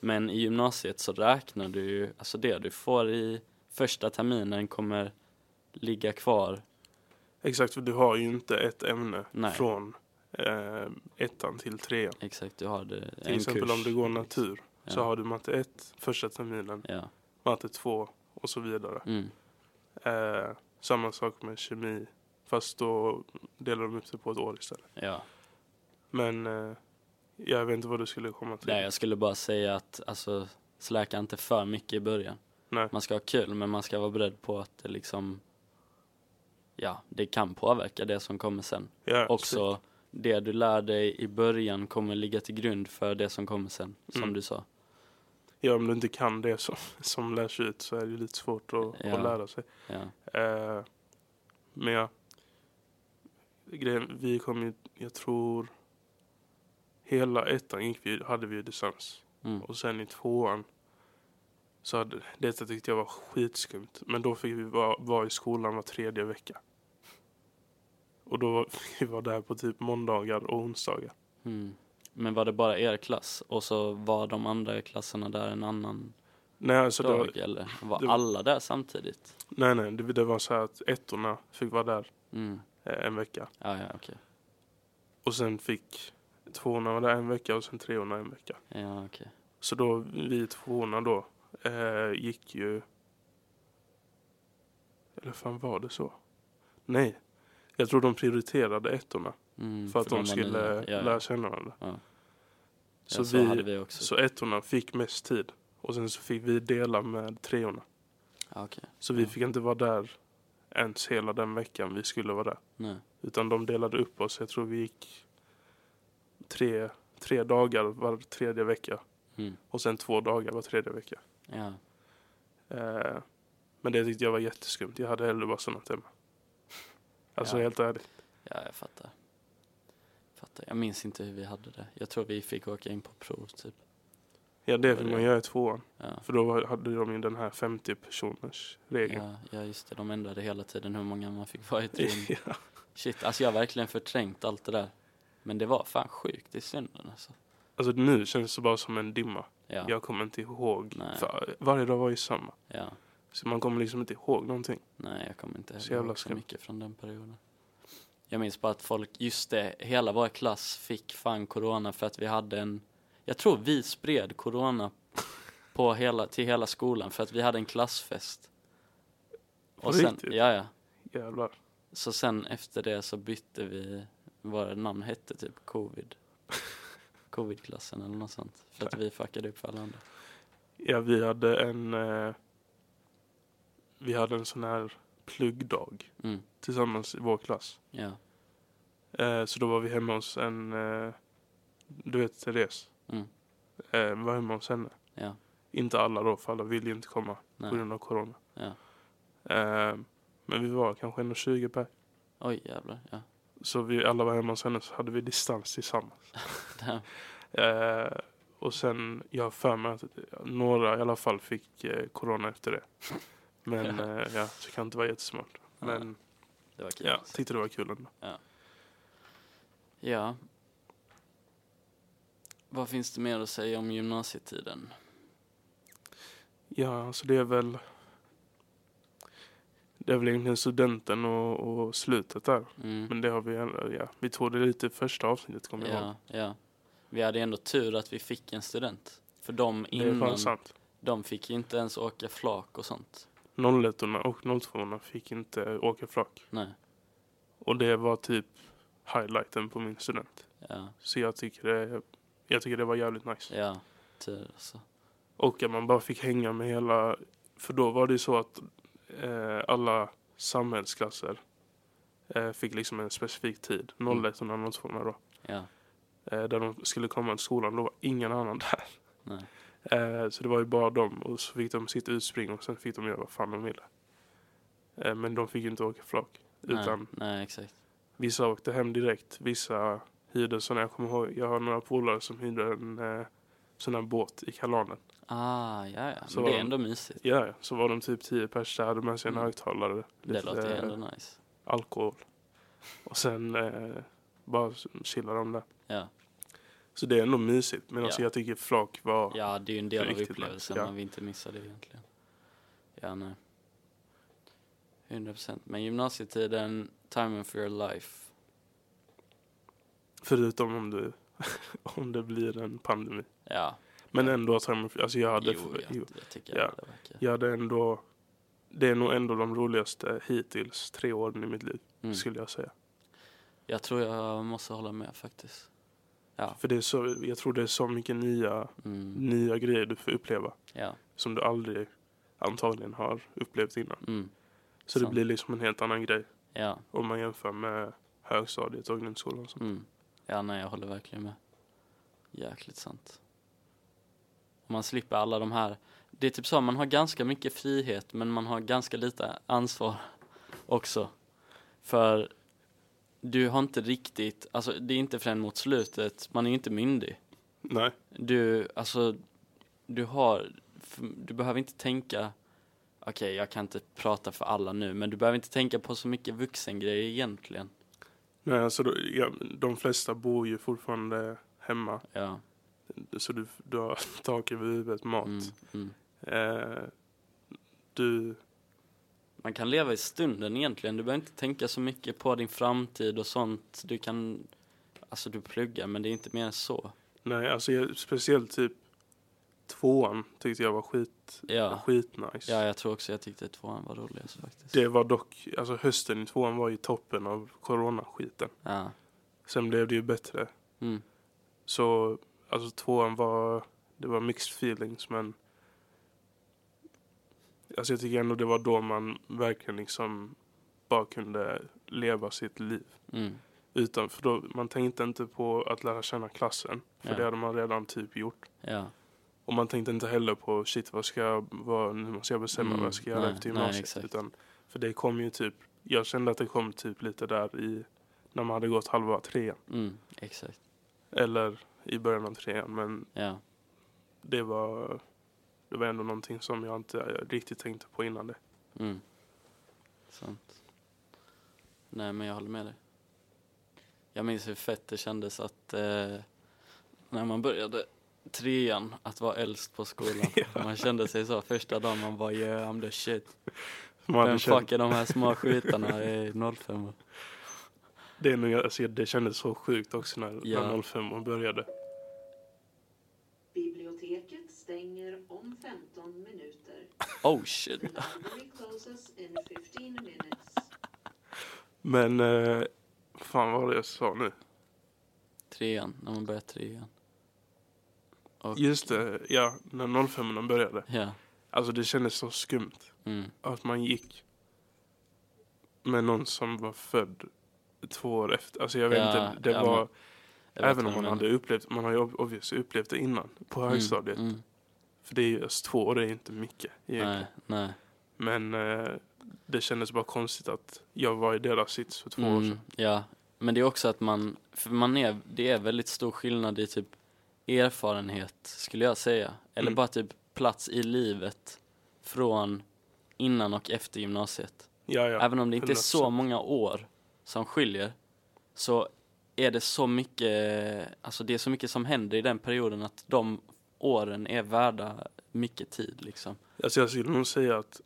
Speaker 2: Men i gymnasiet så räknar du ju, alltså det du får i första terminen kommer ligga kvar.
Speaker 1: Exakt, för du har ju inte ett ämne
Speaker 2: Nej.
Speaker 1: från eh, ettan till trean.
Speaker 2: Exakt, du har det
Speaker 1: Till exempel om du går natur så
Speaker 2: Ja.
Speaker 1: har du matte 1 första terminen,
Speaker 2: Ja.
Speaker 1: matte 2 och så vidare.
Speaker 2: Mm.
Speaker 1: Eh, samma sak med kemi, fast då delar de upp det på ett år istället.
Speaker 2: Ja.
Speaker 1: Men eh, jag vet inte vad du skulle komma till.
Speaker 2: Nej, jag skulle bara säga att alltså, släka inte för mycket i början.
Speaker 1: Nej.
Speaker 2: Man ska ha kul, men man ska vara beredd på att det liksom, ja, det kan påverka det som kommer sen.
Speaker 1: Ja, så-
Speaker 2: Också det du lär dig i början kommer ligga till grund för det som kommer sen, som
Speaker 1: Mm.
Speaker 2: du sa.
Speaker 1: Ja, om du inte kan det som, som lärs ut så är det ju lite svårt att,
Speaker 2: Ja.
Speaker 1: att lära sig.
Speaker 2: Ja.
Speaker 1: Eh, men ja, grejen, vi kom ju, jag tror, hela ettan gick vi, hade vi ju distans.
Speaker 2: Mm.
Speaker 1: Och sen i tvåan så hade, detta tyckte jag var skitskumt. Men då fick vi vara vara i skolan var tredje vecka. Och då var- fick vi vara där på typ måndagar och onsdagar.
Speaker 2: Mm. Men var det bara er klass och så var de andra klasserna där en annan?
Speaker 1: Nej, alltså det var,
Speaker 2: dag eller var
Speaker 1: det-
Speaker 2: alla där samtidigt?
Speaker 1: nej, nej, det, det var så här att ettorna fick vara där
Speaker 2: Mm.
Speaker 1: eh, en vecka.
Speaker 2: Ja, ja, okej.
Speaker 1: Och sen fick tvåorna vara där en vecka och sen treorna en vecka.
Speaker 2: Ja, okej.
Speaker 1: Så då, vi tvåorna då, eh, gick ju... Eller fan var det så? Nej. Jag tror de prioriterade ettorna
Speaker 2: Mm,
Speaker 1: för att de
Speaker 2: var
Speaker 1: skulle
Speaker 2: nya. ja,
Speaker 1: lära
Speaker 2: ja.
Speaker 1: känna varandra.
Speaker 2: Ja. Ja,
Speaker 1: Så,
Speaker 2: så
Speaker 1: vi,
Speaker 2: hade vi också.
Speaker 1: så ettorna fick mest tid. Och sen så fick vi dela med treorna.
Speaker 2: Ja, okej.
Speaker 1: Så vi
Speaker 2: Ja.
Speaker 1: fick inte vara där ens hela den veckan vi skulle vara där.
Speaker 2: Nej.
Speaker 1: Utan de delade upp oss. Jag tror vi gick tre, tre dagar var tredje vecka.
Speaker 2: Mm.
Speaker 1: Och sen två dagar var tredje vecka.
Speaker 2: Ja.
Speaker 1: Eh, men det tyckte jag var jätteskumt. Jag hade hellre bara sådant hemma. Alltså
Speaker 2: Ja.
Speaker 1: helt ärligt.
Speaker 2: ja, jag fattar. fattar. Jag minns inte hur vi hade det. Jag tror vi fick åka in på prov, typ.
Speaker 1: Ja, det
Speaker 2: Vad
Speaker 1: vill
Speaker 2: är
Speaker 1: man
Speaker 2: det?
Speaker 1: göra i tvåan.
Speaker 2: Ja.
Speaker 1: För då var- hade de ju den här 50 personers regeln.
Speaker 2: Ja, ja, just det. De ändrade hela tiden hur många man fick vara i
Speaker 1: Ja.
Speaker 2: team. Shit, alltså jag har verkligen förträngt allt det där. Men det var fan sjukt i stunden alltså.
Speaker 1: Alltså nu känns det bara som en dimma.
Speaker 2: Ja, ja.
Speaker 1: Jag kommer inte ihåg.
Speaker 2: Nej.
Speaker 1: För varje dag var ju samma. Så man kommer liksom inte ihåg någonting.
Speaker 2: Nej, jag kommer
Speaker 1: Så
Speaker 2: inte heller
Speaker 1: jävla
Speaker 2: ihåg så
Speaker 1: skumt.
Speaker 2: mycket från den perioden. Jag minns bara att folk, just det, hela vår klass fick fan corona för att vi hade en, jag tror vi spred corona på hela, till hela skolan för att vi hade en klassfest.
Speaker 1: På
Speaker 2: Och sen,
Speaker 1: riktigt?
Speaker 2: ja, ja.
Speaker 1: Jävlar.
Speaker 2: Så sen efter det så bytte vi, våra namn hette typ covid. Covidklassen eller något sånt. För att vi fuckade upp för alla andra.
Speaker 1: Ja, vi hade en... Eh, vi hade en sån här pluggdag
Speaker 2: Mm,
Speaker 1: tillsammans i vår klass.
Speaker 2: ja.
Speaker 1: Eh, så då var vi hemma hos en... Eh, du vet Therese.
Speaker 2: Mm.
Speaker 1: Eh, vi var hemma hos henne.
Speaker 2: Ja.
Speaker 1: Inte alla då, för alla ville ju inte komma på
Speaker 2: Nej.
Speaker 1: grund av corona.
Speaker 2: Ja.
Speaker 1: Eh, men vi var kanske 120 per.
Speaker 2: Oj jävlar. Ja.
Speaker 1: Så vi alla var hemma hos henne så hade vi distans tillsammans.
Speaker 2: Damn.
Speaker 1: Eh, och sen, jag har för mig att några i alla fall fick eh, corona efter det. Men
Speaker 2: Ja.
Speaker 1: eh, ja, så kan inte vara jättesmart. Men
Speaker 2: Det var kul.
Speaker 1: ja, tyckte det var kul ändå.
Speaker 2: ja. Vad finns det mer att säga om gymnasietiden?
Speaker 1: Ja, alltså det är väl... Det är väl egentligen studenten och, och slutet där.
Speaker 2: Mm.
Speaker 1: Men det har vi, ja, vi tog det lite i första avsnittet kommer jag ihåg.
Speaker 2: ja, ja. Vi hade ändå tur att vi fick en student. För de
Speaker 1: Det är
Speaker 2: innan,
Speaker 1: fan sant.
Speaker 2: de fick ju inte ens åka flak och sånt.
Speaker 1: 01 och 02 fick inte åka flak.
Speaker 2: Nej.
Speaker 1: Och det var typ highlighten på min student.
Speaker 2: Ja,
Speaker 1: Så jag tycker det, jag tycker det var jävligt nice.
Speaker 2: ja. Tur alltså.
Speaker 1: Och att man bara fick hänga med hela... För då var det ju så att eh, alla samhällsklasser eh, fick liksom en specifik tid. 01 och 02 då.
Speaker 2: Ja.
Speaker 1: Eh, där de skulle komma till skolan. Då var ingen annan där.
Speaker 2: Nej.
Speaker 1: Eh, så det var ju bara dem. Och så fick de sitt utspring och sen fick de göra vad fan de ville. Eh, men de fick ju inte åka flak. Utan
Speaker 2: Nej. Nej, exakt.
Speaker 1: Vissa åkte hem direkt, vissa hyrde sådana. Jag kommer ihåg, jag har några polare som hyrde en eh, sån här båt i Kalanen.
Speaker 2: Ah, ja, ja.
Speaker 1: Så
Speaker 2: Men
Speaker 1: var
Speaker 2: det är
Speaker 1: de-
Speaker 2: ändå mysigt.
Speaker 1: Ja, ja. så var de typ 10 pers där, hade med sig en
Speaker 2: Mm.
Speaker 1: högtalare,
Speaker 2: Det låter ju
Speaker 1: lite eh,
Speaker 2: ändå nice.
Speaker 1: alkohol. Och sen eh, bara chillade de där.
Speaker 2: Ja.
Speaker 1: Så det är ändå mysigt. Men alltså
Speaker 2: Ja.
Speaker 1: jag tycker flak var...
Speaker 2: Ja, det är ju en del av
Speaker 1: Riktigt
Speaker 2: upplevelsen.
Speaker 1: nice, ja.
Speaker 2: Man vill inte missa det egentligen. Ja, nej. 100 procent. Men gymnasietiden, time for your life.
Speaker 1: Förutom om, du, om det blir en pandemi.
Speaker 2: Ja,
Speaker 1: Men
Speaker 2: Ja.
Speaker 1: ändå, att han- alltså jag hade...
Speaker 2: jo, jag,
Speaker 1: jo.
Speaker 2: jag tycker
Speaker 1: ja.
Speaker 2: det verkar.
Speaker 1: Jag hade ändå... Det är nog ändå de roligaste hittills tre åren i mitt liv,
Speaker 2: Mm.
Speaker 1: skulle jag säga.
Speaker 2: Jag tror jag måste hålla med faktiskt. Ja.
Speaker 1: För det är så, jag tror det är så mycket nya,
Speaker 2: Mm.
Speaker 1: nya grejer du får uppleva
Speaker 2: Ja.
Speaker 1: som du aldrig antagligen har upplevt innan.
Speaker 2: Mm.
Speaker 1: Så det
Speaker 2: Sant.
Speaker 1: blir liksom en helt annan grej
Speaker 2: Ja.
Speaker 1: om man jämför med högstadiet och grundskolan. och sånt.
Speaker 2: Mm. Ja, nej, jag håller verkligen med. Jäkligt sant. Och Man slipper alla de här... Det är typ så, man har ganska mycket frihet men man har ganska lite ansvar också. För du har inte riktigt, alltså det är inte förrän mot slutet, man är ju inte myndig.
Speaker 1: Nej,
Speaker 2: Du, alltså, du har, du behöver inte tänka, okej jag kan inte prata för alla nu, men du behöver inte tänka på så mycket vuxengrejer egentligen.
Speaker 1: Nej alltså då, ja, de flesta bor ju fortfarande hemma
Speaker 2: Ja,
Speaker 1: så du, du har tak över huvudet, mat,
Speaker 2: mm, mm,
Speaker 1: Eh, du,
Speaker 2: Man kan leva i stunden egentligen. Du behöver inte tänka så mycket på din framtid och sånt. Du kan, alltså du pluggar men det är inte mer än så.
Speaker 1: nej alltså jag, speciellt typ tvåan tyckte jag var skit,
Speaker 2: Ja,
Speaker 1: skitnice.
Speaker 2: ja jag tror också jag tyckte tvåan var roligast faktiskt.
Speaker 1: Det var dock, alltså hösten i tvåan var ju toppen av coronaskiten.
Speaker 2: Ja.
Speaker 1: Sen blev det ju bättre.
Speaker 2: Mm.
Speaker 1: Så alltså tvåan var, det var mixed feelings men alltså jag tycker ändå det var då man verkligen liksom bara kunde leva sitt liv.
Speaker 2: Mm.
Speaker 1: Utan, för då, man tänkte inte på att lära känna klassen, för
Speaker 2: Ja.
Speaker 1: det hade man redan typ gjort.
Speaker 2: Ja.
Speaker 1: Och man tänkte inte heller på shit vad ska jag, vad, nu måste jag bestämma
Speaker 2: Mm,
Speaker 1: vad jag ska göra
Speaker 2: nej,
Speaker 1: efter
Speaker 2: nej,
Speaker 1: gymnasiet.
Speaker 2: exakt.
Speaker 1: utan, för det kom ju typ, jag kände att det kom typ lite där i, när man hade gått halva trean.
Speaker 2: Mm. Exakt.
Speaker 1: Eller i början av trean, men
Speaker 2: Ja.
Speaker 1: det var, det var ändå någonting som jag inte riktigt tänkte på innan det.
Speaker 2: Mm. Sant. Nej, men jag håller med dig. Jag minns hur fett det kändes att eh, när man började trean, att vara äldst på skolan. Man kände sig så första dagen, man bara yeah I'm the shit.
Speaker 1: Man hade
Speaker 2: Vem
Speaker 1: känt-
Speaker 2: fuck är de här små skitarna i 05?
Speaker 1: det, är nog, alltså, det kändes så sjukt också när,
Speaker 2: Ja.
Speaker 1: när 05 började.
Speaker 3: Biblioteket stänger om 15 minuter.
Speaker 2: Oh shit.
Speaker 3: The library closes in 15 minutes.
Speaker 1: Men, eh, fan vad var det jag sa nu?
Speaker 2: Trean, när man började trean. Och,
Speaker 1: Just det, ja, när 05 började.
Speaker 2: Ja.
Speaker 1: Alltså det kändes så skumt
Speaker 2: Mm.
Speaker 1: att man gick med någon som var född två år efter. Alltså jag vet
Speaker 2: Ja,
Speaker 1: inte, det
Speaker 2: ja,
Speaker 1: var,
Speaker 2: Jag vet
Speaker 1: även
Speaker 2: vad
Speaker 1: om
Speaker 2: du
Speaker 1: man
Speaker 2: menar.
Speaker 1: hade upplevt, man har ju ob- obviously upplevt det innan på
Speaker 2: Mm,
Speaker 1: högstadiet.
Speaker 2: mm.
Speaker 1: För det är ju, alltså, två år är ju inte mycket egentligen.
Speaker 2: Nej, nej.
Speaker 1: Men eh, det kändes bara konstigt att jag var i deras sits för två år
Speaker 2: Mm,
Speaker 1: sedan.
Speaker 2: ja, men det är också att man, för man är, det är väldigt stor skillnad i typ erfarenhet skulle jag säga. Eller
Speaker 1: Mm.
Speaker 2: bara typ plats i livet från innan och efter gymnasiet.
Speaker 1: Ja, ja.
Speaker 2: Även om det inte är så
Speaker 1: 100%.
Speaker 2: många år som skiljer så är det så mycket, alltså det är så mycket som händer i den perioden att de åren är värda mycket tid liksom.
Speaker 1: Alltså jag skulle nog säga att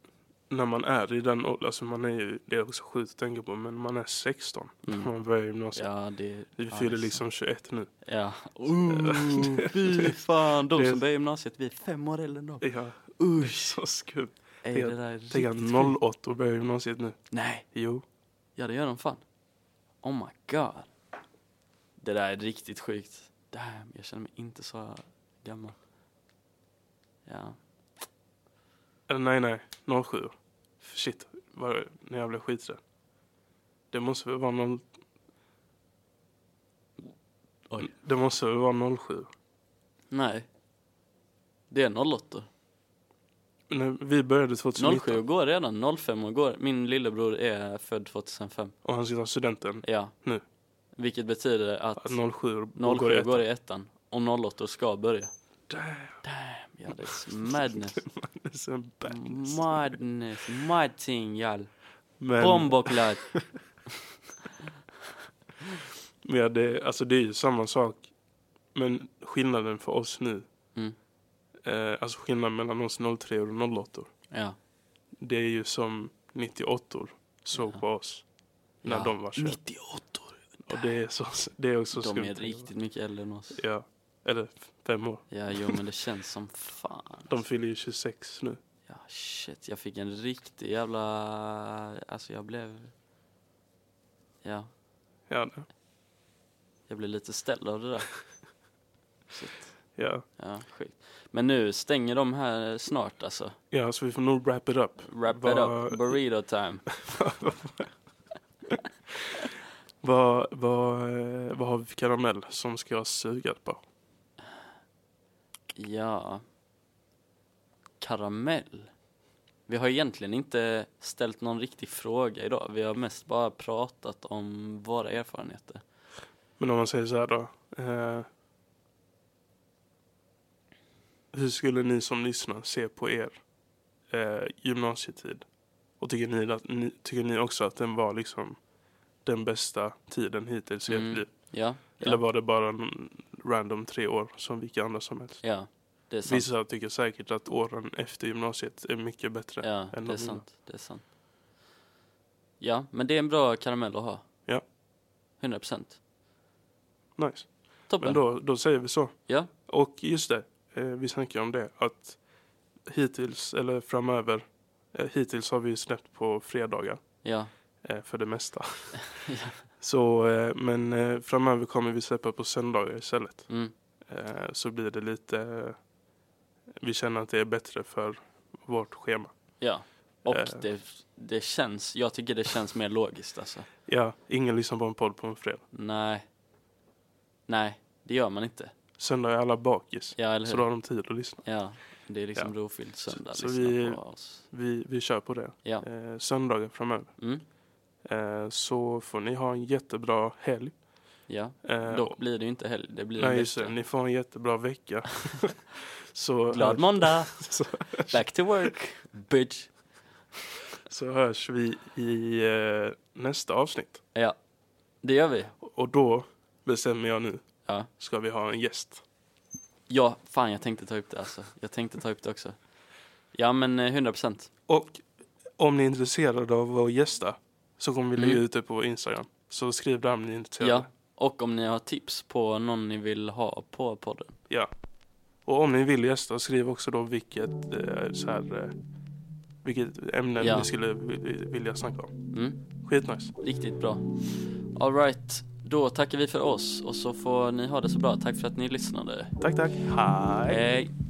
Speaker 1: när man är i den åldern, alltså man är ju, det är också sjukt att tänka på, men man är 16
Speaker 2: Mm.
Speaker 1: när man börjar gymnasiet.
Speaker 2: Ja, det...
Speaker 1: Alltså, Vi
Speaker 2: ja,
Speaker 1: fyller
Speaker 2: det är så.
Speaker 1: liksom 21 nu.
Speaker 2: Ja. Oh, fy fan. De
Speaker 1: det-
Speaker 2: som börjar gymnasiet, vi är fem år äldre än dem.
Speaker 1: Ja,
Speaker 2: Usch.
Speaker 1: så skumt.
Speaker 2: Ey,
Speaker 1: det-
Speaker 2: det där är
Speaker 1: Tänk
Speaker 2: riktigt
Speaker 1: att
Speaker 2: sjukt.
Speaker 1: 08 och börjar gymnasiet nu.
Speaker 2: Nej,
Speaker 1: Jo.
Speaker 2: ja det gör de fan. Oh my god. Det där är riktigt sjukt. Damn, jag känner mig inte så gammal. Ja.
Speaker 1: Eller nej, nej. 07. Shit, vad, när jag blev skiträdd. Det måste väl vara 0...
Speaker 2: Oj.
Speaker 1: Det måste väl vara 07.
Speaker 2: Nej. Det är 08.
Speaker 1: Nej, vi började 2019.
Speaker 2: 07 går redan, 05 och går. Min lillebror är född 2005.
Speaker 1: Och han ska ta studenten
Speaker 2: Ja.
Speaker 1: Nu.
Speaker 2: Vilket betyder att
Speaker 1: 07
Speaker 2: 07
Speaker 1: går i
Speaker 2: går
Speaker 1: ettan.
Speaker 2: i ettan och 08 ska börja.
Speaker 1: Damn.
Speaker 2: Damn, ja det är madness.
Speaker 1: Det är så backwards.
Speaker 2: Madness, mad thing y'all.
Speaker 1: Men,
Speaker 2: Bomb och glad.
Speaker 1: men ja, det, alltså det är ju samma sak. Men skillnaden för oss nu.
Speaker 2: Mm.
Speaker 1: Eh, alltså skillnaden mellan oss 03 och 08.
Speaker 2: Ja.
Speaker 1: Det är ju som 98 såg
Speaker 2: Ja.
Speaker 1: på oss. När
Speaker 2: ja.
Speaker 1: de var 21.
Speaker 2: 98 år.
Speaker 1: Och det är, så, det är också
Speaker 2: De
Speaker 1: skumt.
Speaker 2: är riktigt mycket äldre än oss.
Speaker 1: Ja. Eller f- fem år.
Speaker 2: Ja, jo men det känns som fan.
Speaker 1: De fyller ju 26 nu.
Speaker 2: Ja, shit. Jag fick en riktig jävla... Alltså jag blev... Ja,
Speaker 1: Ja. det-
Speaker 2: jag blev lite ställd av det där. Shit.
Speaker 1: Ja.
Speaker 2: Ja, sjukt. Men nu stänger de här snart alltså.
Speaker 1: ja, så vi får nog wrap it up.
Speaker 2: Wrap
Speaker 1: Vad-
Speaker 2: it up, burrito time.
Speaker 1: Vad, vad, eh, vad har vi för karamell som ska jag suga på?
Speaker 2: Ja. Karamell. Vi har egentligen inte ställt någon riktig fråga idag. Vi har mest bara pratat om våra erfarenheter.
Speaker 1: Men om man säger så här då. Eh, hur skulle ni som lyssnar se på er eh, gymnasietid? Och tycker ni, att, ni, tycker ni också att den var liksom den bästa tiden hittills i
Speaker 2: Mm.
Speaker 1: ert liv?
Speaker 2: Ja.
Speaker 1: Eller
Speaker 2: Ja.
Speaker 1: var det bara en random tre år som vilka andra som helst?
Speaker 2: ja. Det är sant.
Speaker 1: Vissa tycker säkert att åren efter gymnasiet är mycket bättre.
Speaker 2: Ja,
Speaker 1: än
Speaker 2: det är
Speaker 1: de
Speaker 2: sant. Det är sant. Ja, men det är en bra karamell att ha.
Speaker 1: Ja.
Speaker 2: 100 procent.
Speaker 1: innan. Nice. Men
Speaker 2: Toppen.
Speaker 1: då, då säger vi så.
Speaker 2: Ja.
Speaker 1: Och just det, eh, vi snackade om det att hittills, eller framöver, eh, hittills har vi släppt på fredagar
Speaker 2: Ja,
Speaker 1: eh, för det mesta. så, eh, men eh, framöver kommer vi släppa på söndagar istället.
Speaker 2: mm.
Speaker 1: Eh, så blir det lite, eh, vi känner att det är bättre för vårt schema.
Speaker 2: ja. Och
Speaker 1: Eh.
Speaker 2: det, det känns, jag tycker det känns mer logiskt alltså.
Speaker 1: Ja, ingen lyssnar på en podd på en fredag.
Speaker 2: Nej. Nej, det gör man inte.
Speaker 1: Söndag är alla bakis.
Speaker 2: Ja, eller
Speaker 1: Så
Speaker 2: hur?
Speaker 1: då har de tid att lyssna.
Speaker 2: Ja, det är liksom rofylld
Speaker 1: Så-
Speaker 2: söndag.
Speaker 1: så
Speaker 2: lyssna
Speaker 1: vi-
Speaker 2: på oss.
Speaker 1: Vi, vi kör på det.
Speaker 2: Ja.
Speaker 1: Eh, söndagar framöver.
Speaker 2: Mm.
Speaker 1: Eh, så får ni ha en jättebra helg.
Speaker 2: Ja,
Speaker 1: Eh,
Speaker 2: dock blir det ju inte helg. Det blir en
Speaker 1: nej, just det.
Speaker 2: vecka.
Speaker 1: Ni får ha en jättebra vecka. så,
Speaker 2: Glad måndag!
Speaker 1: så,
Speaker 2: Back to work, bitch!
Speaker 1: så hörs vi i eh, nästa avsnitt.
Speaker 2: Ja, det gör vi.
Speaker 1: Och då bestämmer jag nu.
Speaker 2: Ja.
Speaker 1: Ska vi ha en gäst?
Speaker 2: Ja, fan jag tänkte ta upp det alltså. Jag tänkte ta upp det också. Ja men eh, 100%.
Speaker 1: Och om ni är intresserade av att gästa så kommer vi lägga
Speaker 2: Mm.
Speaker 1: ut det på Instagram. Så skriv där om ni är intresserade.
Speaker 2: Ja. Och om ni har tips på någon ni vill ha på podden.
Speaker 1: Ja. Och om ni vill gästa, skriv också då vilket, eh, så här, eh, vilket ämne
Speaker 2: Ja.
Speaker 1: ni skulle vi- vilja snacka om.
Speaker 2: Mm,
Speaker 1: Skitnice.
Speaker 2: riktigt bra. Alright, då tackar vi för oss och så får ni ha det så bra. Tack för att ni lyssnade.
Speaker 1: Tack, tack. Hej.
Speaker 2: Hej!